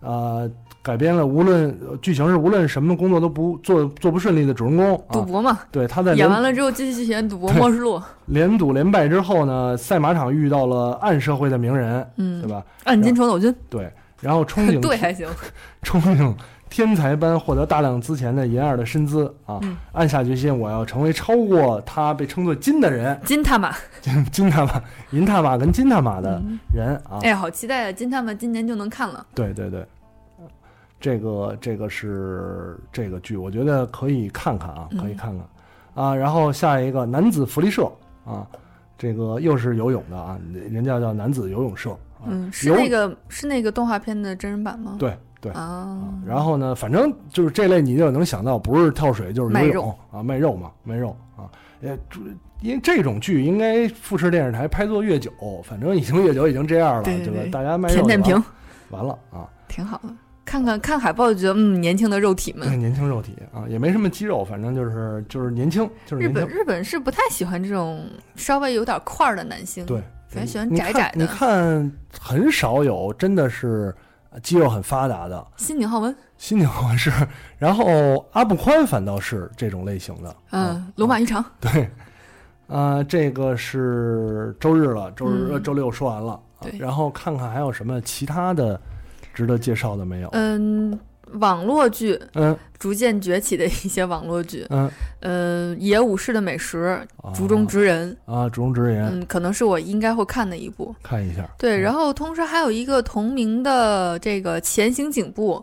Speaker 2: 呃，改编了，无论呃剧情是无论什么工作都不做做不顺利的主人公
Speaker 4: 赌
Speaker 2: 啊，
Speaker 4: 博嘛，
Speaker 2: 对他在
Speaker 4: 演
Speaker 2: 连
Speaker 4: 完了之后继续演赌博
Speaker 2: 对
Speaker 4: 末世录，
Speaker 2: 连赌连败之后呢，赛马场遇到了暗社会的名人，对
Speaker 4: 嗯，
Speaker 2: 吧？
Speaker 4: 暗金床头军，
Speaker 2: 对，然后憧憬
Speaker 4: 对还行，
Speaker 2: 憧憬天才般获得大量资钱的银二的身姿啊，
Speaker 4: 嗯
Speaker 2: 暗下决心，我要成为超过他被称作金的人，
Speaker 4: 金他妈，
Speaker 2: 金大马、银大马跟金大马的
Speaker 4: 嗯
Speaker 2: 人啊，
Speaker 4: 哎，好期待啊！金他妈今年就能看了，
Speaker 2: 对对对，这个这个是这个剧，我觉得可以看看啊，
Speaker 4: 嗯
Speaker 2: 可以看看、啊。然后下一个男子福利社啊，这个又是游泳的啊，人家叫男子游泳社啊，
Speaker 4: 嗯，是
Speaker 2: 有
Speaker 4: 那个是那个动画片的真人版吗？
Speaker 2: 对对。
Speaker 4: 啊
Speaker 2: 啊，然后呢，反正就是这类，你就能想到，不是跳水就是游
Speaker 4: 卖
Speaker 2: 泳
Speaker 4: 肉
Speaker 2: 啊，卖肉嘛，卖肉啊。呃，这因为这种剧应该富士电视台拍做越久，反正已经越久已经这样了，
Speaker 4: 对对
Speaker 2: 吧？
Speaker 4: 对
Speaker 2: 大家卖肉
Speaker 4: 甜
Speaker 2: 就
Speaker 4: 甜
Speaker 2: 完
Speaker 4: 平
Speaker 2: 了完了啊，
Speaker 4: 挺好的，看看看海报就觉得嗯，年轻的肉体们。
Speaker 2: 年轻肉体啊，也没什么肌肉，反正就是就是年轻，就是
Speaker 4: 日
Speaker 2: 年
Speaker 4: 本
Speaker 2: 轻。
Speaker 4: 日本是不太喜欢这种稍微有点块儿的男星，
Speaker 2: 对，
Speaker 4: 反正喜欢
Speaker 2: 你
Speaker 4: 窄
Speaker 2: 看
Speaker 4: 窄的
Speaker 2: 你看，很少有真的是呃肌肉很发达的，
Speaker 4: 新井浩文，
Speaker 2: 新井浩是，然后阿部宽反倒是这种类型的。
Speaker 4: 嗯，龙马浴场，
Speaker 2: 对，啊、这个是周日了，周日、
Speaker 4: 嗯
Speaker 2: 呃周六说完了，啊
Speaker 4: 对
Speaker 2: 然后看看还有什么其他的值得介绍的没有？
Speaker 4: 嗯，网络剧
Speaker 2: 嗯
Speaker 4: 逐渐崛起的一些网络剧，
Speaker 2: 嗯，
Speaker 4: 呃，野武士的美食，
Speaker 2: 啊
Speaker 4: 竹中直人，
Speaker 2: 啊，竹中直言、
Speaker 4: 嗯，可能是我应该会看的一部。
Speaker 2: 看一下，
Speaker 4: 对，
Speaker 2: 嗯
Speaker 4: 然后同时还有一个同名的这个前行警部，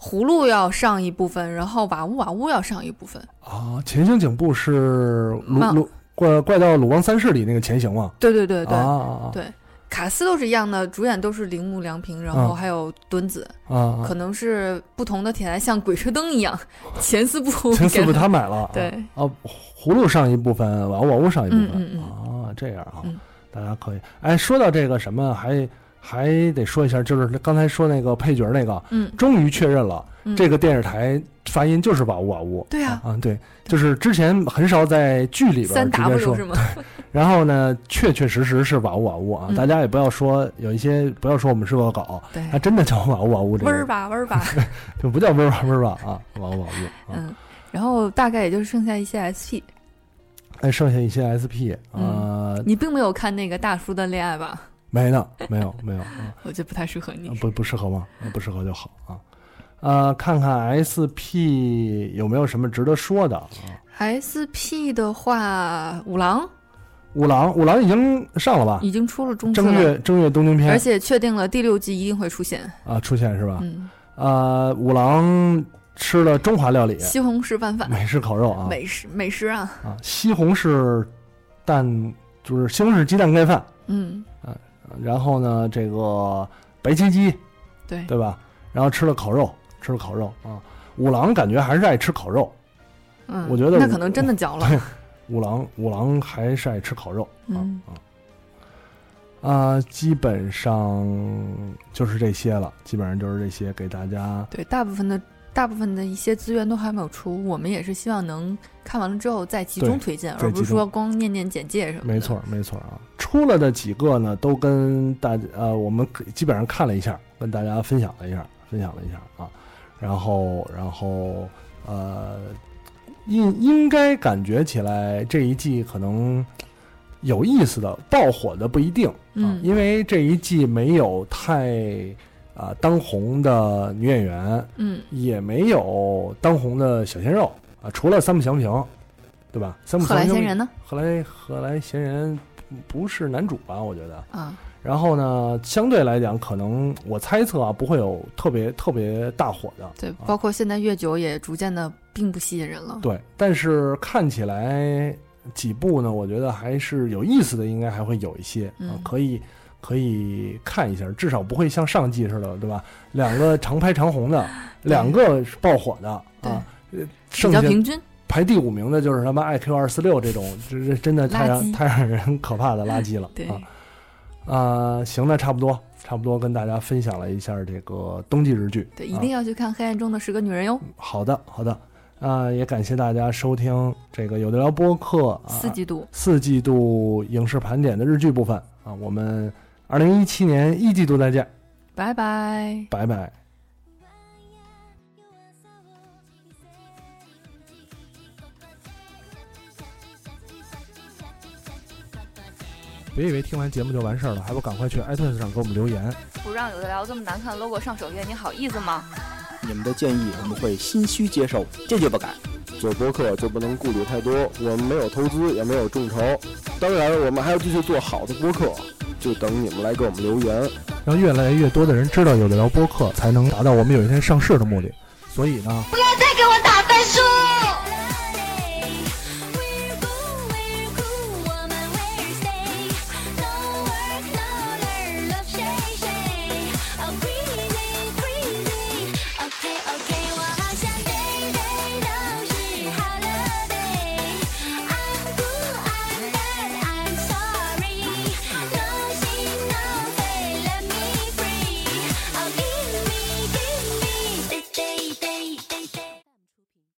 Speaker 4: 葫芦要上一部分，然后瓦屋瓦屋要上一部分。
Speaker 2: 啊，前行警部是鲁
Speaker 4: 漫
Speaker 2: 鲁怪怪盗鲁邦三世里那个前行吗？
Speaker 4: 对对对呃对，
Speaker 2: 啊啊
Speaker 4: 对卡斯都是一样的，主演都是铃木良平，然
Speaker 2: 嗯
Speaker 4: 后还有墩子，
Speaker 2: 啊啊！
Speaker 4: 可能是不同的铁台像鬼吹灯一样，前四部
Speaker 2: 前四
Speaker 4: 给
Speaker 2: 部
Speaker 4: 了
Speaker 2: 他买了，啊
Speaker 4: 对，
Speaker 2: 哦，葫芦上一部分，瓦屋瓦屋上一部分，
Speaker 4: 嗯嗯
Speaker 2: 啊，这样啊，
Speaker 4: 嗯
Speaker 2: 大家可以，哎，说到这个什么，还还得说一下，就是刚才说那个配角那个，
Speaker 4: 嗯
Speaker 2: 终于确认了，
Speaker 4: 嗯，
Speaker 2: 这个电视台发音就是瓦屋瓦屋，
Speaker 4: 对啊
Speaker 2: 啊，对，就是之前很少在剧里边
Speaker 4: 三
Speaker 2: 直接
Speaker 4: W
Speaker 2: 说
Speaker 4: 是，吗？
Speaker 2: 然后呢，确确实实是瓦屋瓦屋啊，
Speaker 4: 嗯
Speaker 2: 大家也不要说有一些不要说我们是恶搞，
Speaker 4: 对，
Speaker 2: 它真的叫瓦屋瓦屋这
Speaker 4: 温儿
Speaker 2: 个，
Speaker 4: 吧温儿吧，
Speaker 2: 就不叫温儿吧温儿吧啊，瓦屋瓦屋啊，
Speaker 4: 嗯，然后大概也就剩下一些 SP。
Speaker 2: 哎，剩下一些 SP 啊，
Speaker 4: 你并没有看那个大叔的恋爱吧？
Speaker 2: 没呢，没有没有啊。
Speaker 4: 我觉得不太适合你
Speaker 2: 啊。不不适合吗？啊不适合就好啊。呃，看看 SP 有没有什么值得说的啊？
Speaker 4: SP 的话，五郎
Speaker 2: 五郎，五郎已经上了吧？
Speaker 4: 已经出了中字
Speaker 2: 正
Speaker 4: 了，
Speaker 2: 月啊正月东京篇
Speaker 4: 而
Speaker 2: 啊、
Speaker 4: 且确定了第六季一定会出现。
Speaker 2: 出现是吧？
Speaker 4: 嗯，
Speaker 2: 呃，五郎吃了中华料理，
Speaker 4: 西红柿拌饭，
Speaker 2: 美式烤肉啊
Speaker 4: 美食美食啊，
Speaker 2: 啊，西红柿蛋就是西红柿鸡蛋盖饭，
Speaker 4: 嗯，
Speaker 2: 然后呢这个白切鸡
Speaker 4: 对，
Speaker 2: 对吧？然后吃了烤肉，吃了烤肉啊。五郎感觉还是爱吃烤肉，
Speaker 4: 嗯，
Speaker 2: 我觉得
Speaker 4: 那
Speaker 2: 我
Speaker 4: 可能真的嚼了。
Speaker 2: 五郎五郎还是爱吃烤肉啊、
Speaker 4: 嗯
Speaker 2: 啊啊！基本上就是这些了，基本上就是这些给大家
Speaker 4: 对，大部分的大部分的一些资源都还没有出，我们也是希望能看完了之后再集中
Speaker 2: 对
Speaker 4: 推荐，
Speaker 2: 对
Speaker 4: 而不是
Speaker 2: 集中
Speaker 4: 说光念念简介什么的。
Speaker 2: 没错儿，没错儿啊。出了的几个呢，都跟大家呃，我们可基本上看了一下，跟大家分享了一下，分享了一下啊。然后，然后呃，应应该感觉起来这一季可能有意思的、爆火的不一定啊，
Speaker 4: 嗯
Speaker 2: 因为这一季没有太啊、当红的女演员，
Speaker 4: 嗯，
Speaker 2: 也没有当红的小鲜肉啊，除了三木祥平，对吧？三木
Speaker 4: 贺
Speaker 2: 祥
Speaker 4: 来
Speaker 2: 平
Speaker 4: 仙人呢？
Speaker 2: 何来何来闲人不不是男主吧？我觉得。
Speaker 4: 啊，
Speaker 2: 然后呢，相对来讲，可能我猜测啊，不会有特别特别大火的。
Speaker 4: 对，包括现在月九也逐渐的并不吸引人了。
Speaker 2: 对，但是看起来几部呢，我觉得还是有意思的，应该还会有一些啊、
Speaker 4: 嗯
Speaker 2: 可以可以看一下，至少不会像上季似的，对吧？两个长拍长红的，两个爆火的
Speaker 4: 对
Speaker 2: 啊，呃
Speaker 4: 比
Speaker 2: 剩
Speaker 4: 较
Speaker 2: 下
Speaker 4: 平均，
Speaker 2: 排第五名的就是他妈 IQ 二四六这种，这这真的太
Speaker 4: 垃
Speaker 2: 让
Speaker 4: 圾
Speaker 2: 太让人可怕的垃圾了。
Speaker 4: 对
Speaker 2: 啊，啊，行，那差不多，差不多跟大家分享了一下这个冬季日剧。啊
Speaker 4: 对，一定要去看《黑暗中的十个女人》哟，
Speaker 2: 好的，好的，啊、也感谢大家收听这个有的聊播客啊，
Speaker 4: 四季度
Speaker 2: 四季度影视盘点的日剧部分啊，我们二零一七年一季度再见，
Speaker 4: 拜拜。
Speaker 2: 拜拜。别以为听完节目就完事儿了，还不赶快去 iTunes 上给我们留言。
Speaker 1: 不让有的聊这么难看 logo 上首页，你好意思吗？
Speaker 5: 你们的建议我们会心虚接受，坚决不改。
Speaker 6: 做播客就不能顾虑太多，我们没有投资，也没有众筹，当然我们还要继续做好的播客，就等你们来给我们留言。
Speaker 2: 让越来越多的人知道有的聊播客，才能达到我们有一天上市的目的。所以呢，
Speaker 7: 再给我打分数。